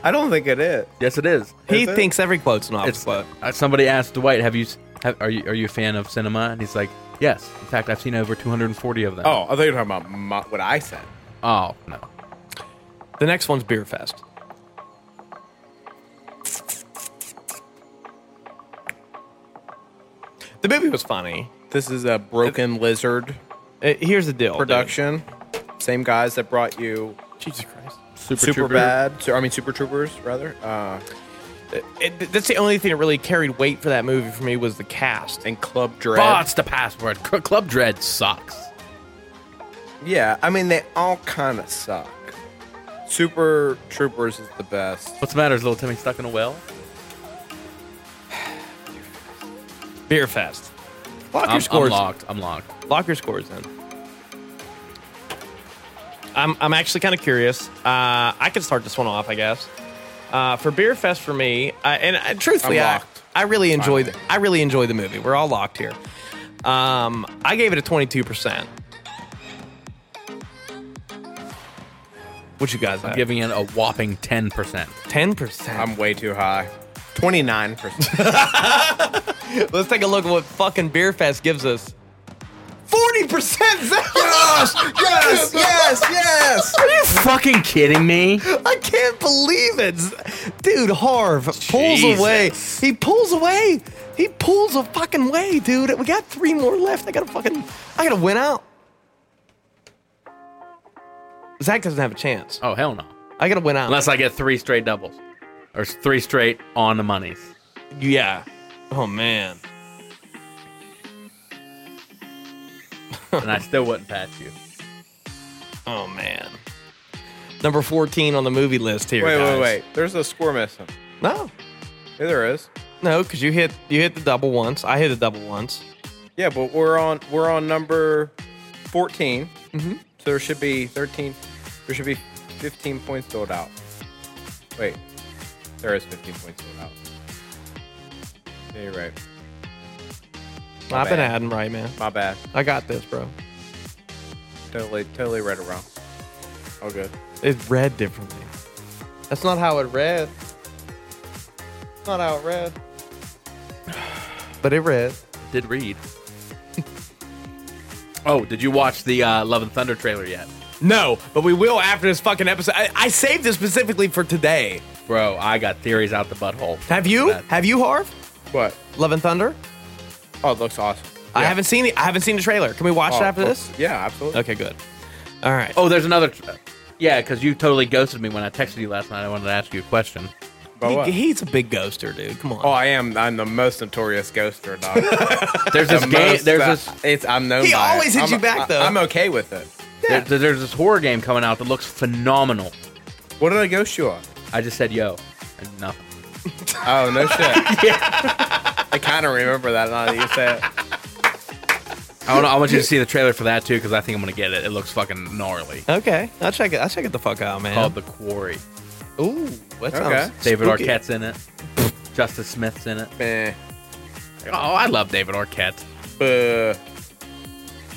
Speaker 2: I don't think it is.
Speaker 3: Yes, it is.
Speaker 1: He
Speaker 2: Is it?
Speaker 1: thinks every quote's an office
Speaker 3: It's
Speaker 1: quote.
Speaker 3: uh, somebody asked Dwight, "Have you s- have, are you are you a fan of cinema?" And he's like, "Yes. In fact, I've seen over 240 of them."
Speaker 2: Oh, I thought you were talking about my, what I said.
Speaker 3: oh no.
Speaker 1: The next one's Beer Fest. The movie was funny.
Speaker 2: This is a Broken Lizard
Speaker 1: Uh, here's the deal. dude.
Speaker 2: production. Same guys that brought you
Speaker 1: Jesus Christ.
Speaker 2: Super, Bad. I mean, Super Troopers rather, uh,
Speaker 1: It- th- that's the only thing that really carried weight for that movie for me was the cast.
Speaker 2: and Club Dread.
Speaker 3: Bots the password. C- Club Dread sucks.
Speaker 2: Yeah, I mean they all kind of suck. Super Troopers is the best.
Speaker 3: What's the matter? Is little Timmy stuck in a well?
Speaker 1: Beer Fest. Lock your
Speaker 3: I'm, I'm
Speaker 1: scores.
Speaker 3: locked. I'm locked.
Speaker 1: Lock your scores in. I'm, I'm actually kind of curious. Uh, I could start this one off, I guess. Uh, for Beer Fest for me, uh, and uh, truthfully,
Speaker 2: I'm
Speaker 1: I,
Speaker 2: locked.
Speaker 1: I really enjoy the, I really enjoy the movie. We're all locked here. Um, I gave it a 22%. What you guys have?
Speaker 3: Giving it a whopping ten percent.
Speaker 1: 10%.
Speaker 2: Uh, I'm way too high.
Speaker 5: 29%.
Speaker 1: Let's take a look at what fucking Beer Fest gives us. 40% Yes! Yes!
Speaker 2: yes, yes.
Speaker 3: Are you fucking kidding me?
Speaker 1: I can't believe it. Dude, Harv pulls
Speaker 3: Jesus.
Speaker 1: away. He pulls away. He pulls a fucking way, dude. We got three more left. I gotta fucking I gotta win out. Zach doesn't have a chance.
Speaker 3: Oh hell no!
Speaker 1: I gotta win out.
Speaker 3: Unless I get three straight doubles, or s- three straight on the monies.
Speaker 1: yeah. Oh man.
Speaker 3: and I still wouldn't pass you.
Speaker 1: Oh man. Number 14 on the movie list here.
Speaker 2: Wait,
Speaker 1: guys.
Speaker 2: wait, wait. There's a score missing.
Speaker 1: No.
Speaker 2: Yeah, there is.
Speaker 1: No, because you hit you hit the double once. I hit a double once.
Speaker 2: Yeah, but we're on we're on number 14 Mm-hmm. So there should be thirteen. There should be fifteen points sold out. Wait, there is fifteen points sold out. Yeah, you're right.
Speaker 1: I've been
Speaker 2: bad.
Speaker 1: adding right, man.
Speaker 2: My bad.
Speaker 1: I got this, bro.
Speaker 2: Totally, totally right or wrong. All good.
Speaker 1: It read differently. That's not how it read. That's not how it read. But it read.
Speaker 3: Did read. oh, did you watch the uh, Love and Thunder trailer yet,
Speaker 1: No, but we will after this fucking episode. I, I saved this specifically for today.
Speaker 3: bro? I got theories out the butthole.
Speaker 1: Have you?
Speaker 3: That-
Speaker 1: Have you, Harv?
Speaker 2: What?
Speaker 1: Love and Thunder.
Speaker 2: Oh, it looks awesome.
Speaker 1: I
Speaker 2: Yeah.
Speaker 1: haven't seen it. I haven't seen the trailer. Can we watch
Speaker 2: Oh,
Speaker 1: it after
Speaker 2: cool.
Speaker 1: this?
Speaker 2: Yeah, absolutely.
Speaker 1: Okay, good. All right.
Speaker 3: Oh, there's another. Tra- yeah, because you totally ghosted me when I texted you last night. I wanted to ask you a question.
Speaker 2: But what?
Speaker 1: He- he's a big ghoster, dude. Come on.
Speaker 2: Oh, I am. I'm the most notorious ghoster, dog.
Speaker 3: There's
Speaker 2: The
Speaker 3: this game.
Speaker 2: most that-
Speaker 3: There's this.
Speaker 2: It's I'm known.
Speaker 1: He
Speaker 2: by it.
Speaker 1: always hits
Speaker 2: I'm-
Speaker 1: you back,
Speaker 2: I-
Speaker 1: though.
Speaker 2: I'm okay with it.
Speaker 1: Yeah.
Speaker 3: there- there's this horror game coming out that looks phenomenal.
Speaker 2: What did I ghost you on?
Speaker 3: I just said yo, and nothing.
Speaker 2: Oh no shit. I kind of remember that now that you said. it.
Speaker 3: I don't know. I want you to see the trailer for that too, because I think I'm gonna get it. It looks fucking gnarly.
Speaker 1: Okay, I'll check it. I'll check it the fuck out, man.
Speaker 3: Called The Quarry.
Speaker 1: Ooh, that sounds
Speaker 2: Okay.
Speaker 3: David
Speaker 1: spooky.
Speaker 3: Arquette's in it. Justice Smith's in it.
Speaker 2: Meh.
Speaker 3: Oh, I love David Arquette.
Speaker 2: Buh.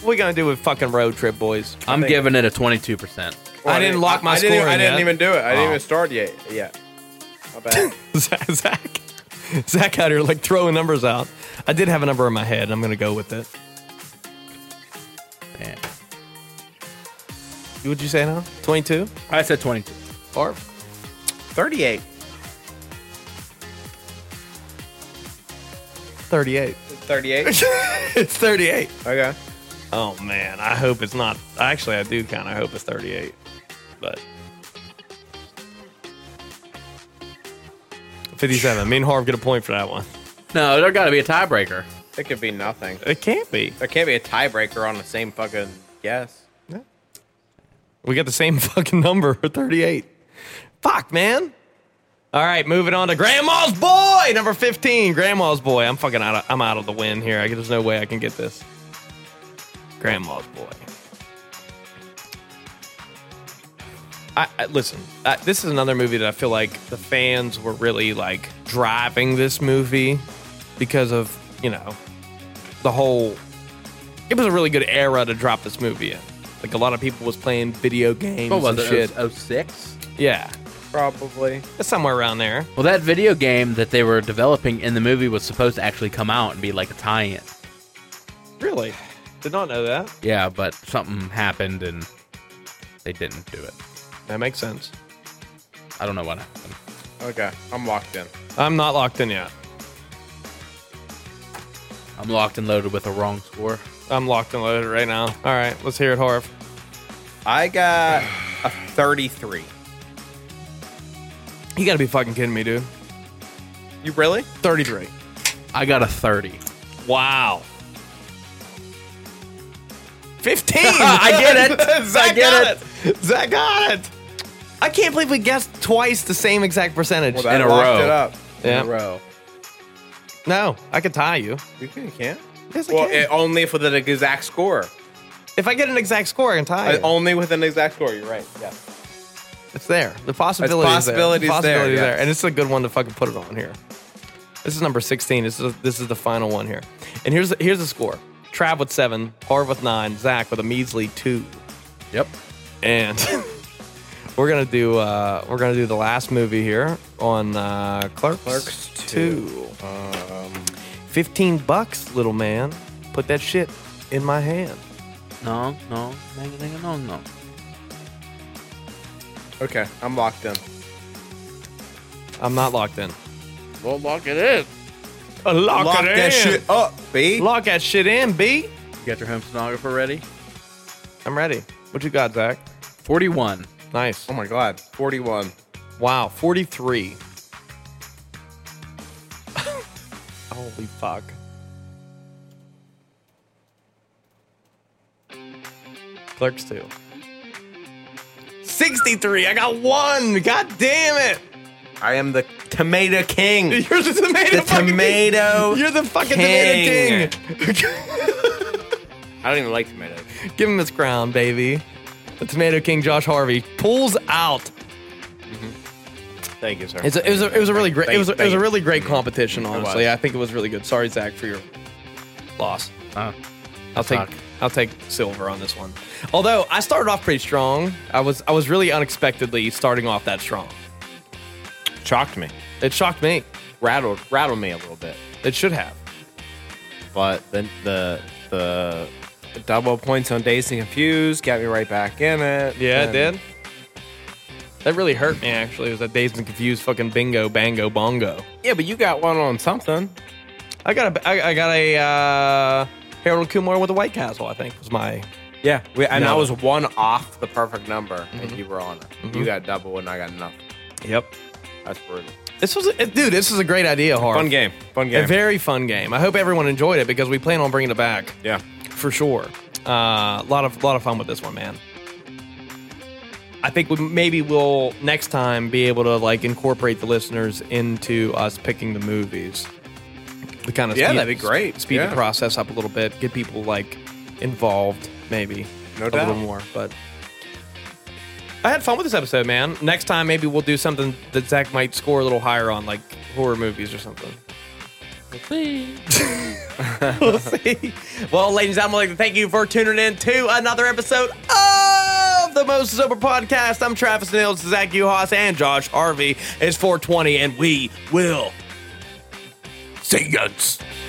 Speaker 1: What we gonna do with fucking road trip, boys?
Speaker 3: I'm
Speaker 2: think-
Speaker 3: giving it a 22%.
Speaker 2: Well,
Speaker 1: I didn't lock my
Speaker 2: I didn't,
Speaker 1: score
Speaker 2: I
Speaker 1: in
Speaker 2: didn't
Speaker 1: yet.
Speaker 2: even do it. I didn't
Speaker 3: Oh.
Speaker 2: even start yet. Yeah. My bad.
Speaker 1: Zach, Zach, Zach out here like throwing numbers out. I did have a number in my head. and I'm gonna go with it.
Speaker 3: Man.
Speaker 1: What'd you say now? 22
Speaker 3: I said 22.
Speaker 1: or
Speaker 2: 38.
Speaker 1: 38?
Speaker 2: 38.
Speaker 1: it's 38.
Speaker 2: Okay.
Speaker 1: Oh man, I hope it's not. Actually, I do kind of hope it's 38, but 57. Me and Harv get a point for that one.
Speaker 3: No, there got to be a tiebreaker.
Speaker 2: It could be nothing.
Speaker 1: It can't be.
Speaker 2: There can't be a tiebreaker on the same fucking guess.
Speaker 1: We got the same fucking number, 38. Fuck, man. All right, moving on to Grandma's Boy, number 15. Grandma's Boy. I'm fucking out of, I'm out of the win here. I, there's no way I can get this. Grandma's Boy. I, I listen. Uh, this is another movie that I feel like the fans were really like driving this movie because of you know the whole it was a really good era to drop this movie in. Like a lot of people was playing video games
Speaker 3: What was
Speaker 1: and
Speaker 3: it? Oh,
Speaker 1: shit.
Speaker 3: It was 06?
Speaker 1: yeah,
Speaker 2: Probably.
Speaker 1: it's somewhere around there.
Speaker 3: Well, that video game that they were developing in the movie was supposed to actually come out and be like a tie in.
Speaker 1: Really, did not know that.
Speaker 3: Yeah, but something happened and they didn't do it.
Speaker 1: That makes sense.
Speaker 3: I don't know what happened.
Speaker 2: Okay. I'm locked in.
Speaker 1: I'm not locked in yet.
Speaker 3: I'm locked and loaded with a wrong score.
Speaker 1: I'm locked and loaded right now. All right, let's hear it, Harv.
Speaker 2: I got a 33.
Speaker 1: You gotta be fucking kidding me, dude.
Speaker 2: You really?
Speaker 1: 33.
Speaker 3: I got a 30.
Speaker 1: Wow. 15.
Speaker 3: I get it.
Speaker 1: Zach
Speaker 3: I get
Speaker 1: got it. Zach got it. I can't believe we guessed twice the same exact percentage.
Speaker 2: Well, that
Speaker 3: In a
Speaker 2: locked
Speaker 3: row.
Speaker 2: it up.
Speaker 1: yeah.
Speaker 3: In a row.
Speaker 1: No, I could tie you.
Speaker 2: You can, can't.
Speaker 1: Yes, I
Speaker 5: Well,
Speaker 1: can.
Speaker 5: eh, only for the exact score.
Speaker 1: if I get an exact score, I can tie
Speaker 5: Uh,
Speaker 1: you.
Speaker 5: only with an exact score. You're right. Yeah.
Speaker 1: It's there. The possibility is there.
Speaker 2: possibility's
Speaker 1: The
Speaker 2: there,
Speaker 1: possibility's
Speaker 2: yeah.
Speaker 1: And it's a good one to fucking put it on here. This is number 16. This is, this is the final one here. And here's here's the score. Trav with seven, Harv with nine, Zach with a measly two.
Speaker 3: Yep.
Speaker 1: And we're gonna do uh, we're gonna do the last movie here on uh, Clerks,
Speaker 2: Clerks
Speaker 1: two. Um, Fifteen bucks, little man. Put that shit in my hand.
Speaker 3: No, no, no, no, no, no.
Speaker 2: Okay, I'm locked in.
Speaker 1: I'm not locked in. Uh,
Speaker 3: Well, lock it in.
Speaker 1: Lock,
Speaker 2: Lock that shit up, B.
Speaker 1: Lock that shit in, B.
Speaker 3: You got your home stenographer ready?
Speaker 1: I'm ready. What you got, Zach?
Speaker 3: 41.
Speaker 1: Nice.
Speaker 2: Oh my god, 41.
Speaker 1: Wow, 43. Holy fuck. Clerks 2. 63. I got one. God damn it.
Speaker 2: I am the tomato king.
Speaker 1: You're the tomato
Speaker 2: The
Speaker 1: fucking king.
Speaker 2: tomato.
Speaker 1: You're the fucking
Speaker 2: king.
Speaker 1: tomato king.
Speaker 5: I don't even like tomatoes.
Speaker 1: Give him his crown, baby. The tomato king, Josh Harvey, pulls out
Speaker 5: Thank you, sir.
Speaker 1: It's a, it was a, it was a really great it was a, it was a
Speaker 5: Thank-
Speaker 1: really great competition.
Speaker 5: was.
Speaker 1: Honestly, I think it was really good. Sorry, Zach, for your loss.
Speaker 3: Oh,
Speaker 1: I'll take
Speaker 3: fuck.
Speaker 1: I'll take silver on this one. Although I started off pretty strong, I was I was really unexpectedly starting off that strong.
Speaker 5: shocked me.
Speaker 1: It shocked me.
Speaker 5: Rattled rattled me a little bit.
Speaker 1: It should have.
Speaker 5: But then the the
Speaker 2: Double points on Days and Confused got me right back in it.
Speaker 1: Yeah,
Speaker 2: And-
Speaker 1: it did. That really hurt me. Actually, it was that dazed and confused fucking bingo bango bongo.
Speaker 2: Yeah, but you got one on something.
Speaker 1: I got a I, I got a uh, Harold Kumar with a White Castle. I think was my
Speaker 2: Yeah, we, and
Speaker 1: No.
Speaker 2: I was one off the perfect number, and you were on it. You got double, and I got nothing.
Speaker 1: yep.
Speaker 2: That's brutal.
Speaker 1: This was a, dude. This is a great idea, Harv.
Speaker 2: Fun game. Fun game.
Speaker 1: A very fun game. I hope everyone enjoyed it because we plan on bringing it back
Speaker 2: yeah.
Speaker 1: for sure. A uh, lot of lot of fun with this one, man. I think we maybe we'll next time be able to like incorporate the listeners into us picking the movies. To kind of
Speaker 2: Yeah, that'd be great.
Speaker 1: Speed
Speaker 2: Yeah.
Speaker 1: the process up a little bit. Get people like involved, maybe
Speaker 2: No
Speaker 1: a
Speaker 2: doubt.
Speaker 1: little more. But I had fun with this episode, man. Next time maybe we'll do something that Zach might score a little higher on, like horror movies or something. we'll see. Well, ladies and gentlemen, I'd like to thank you for tuning in to another episode of the Most Sober Podcast. I'm Travis Nils, Zach Uhas, and Josh Harvey. It's 420, and we will see you.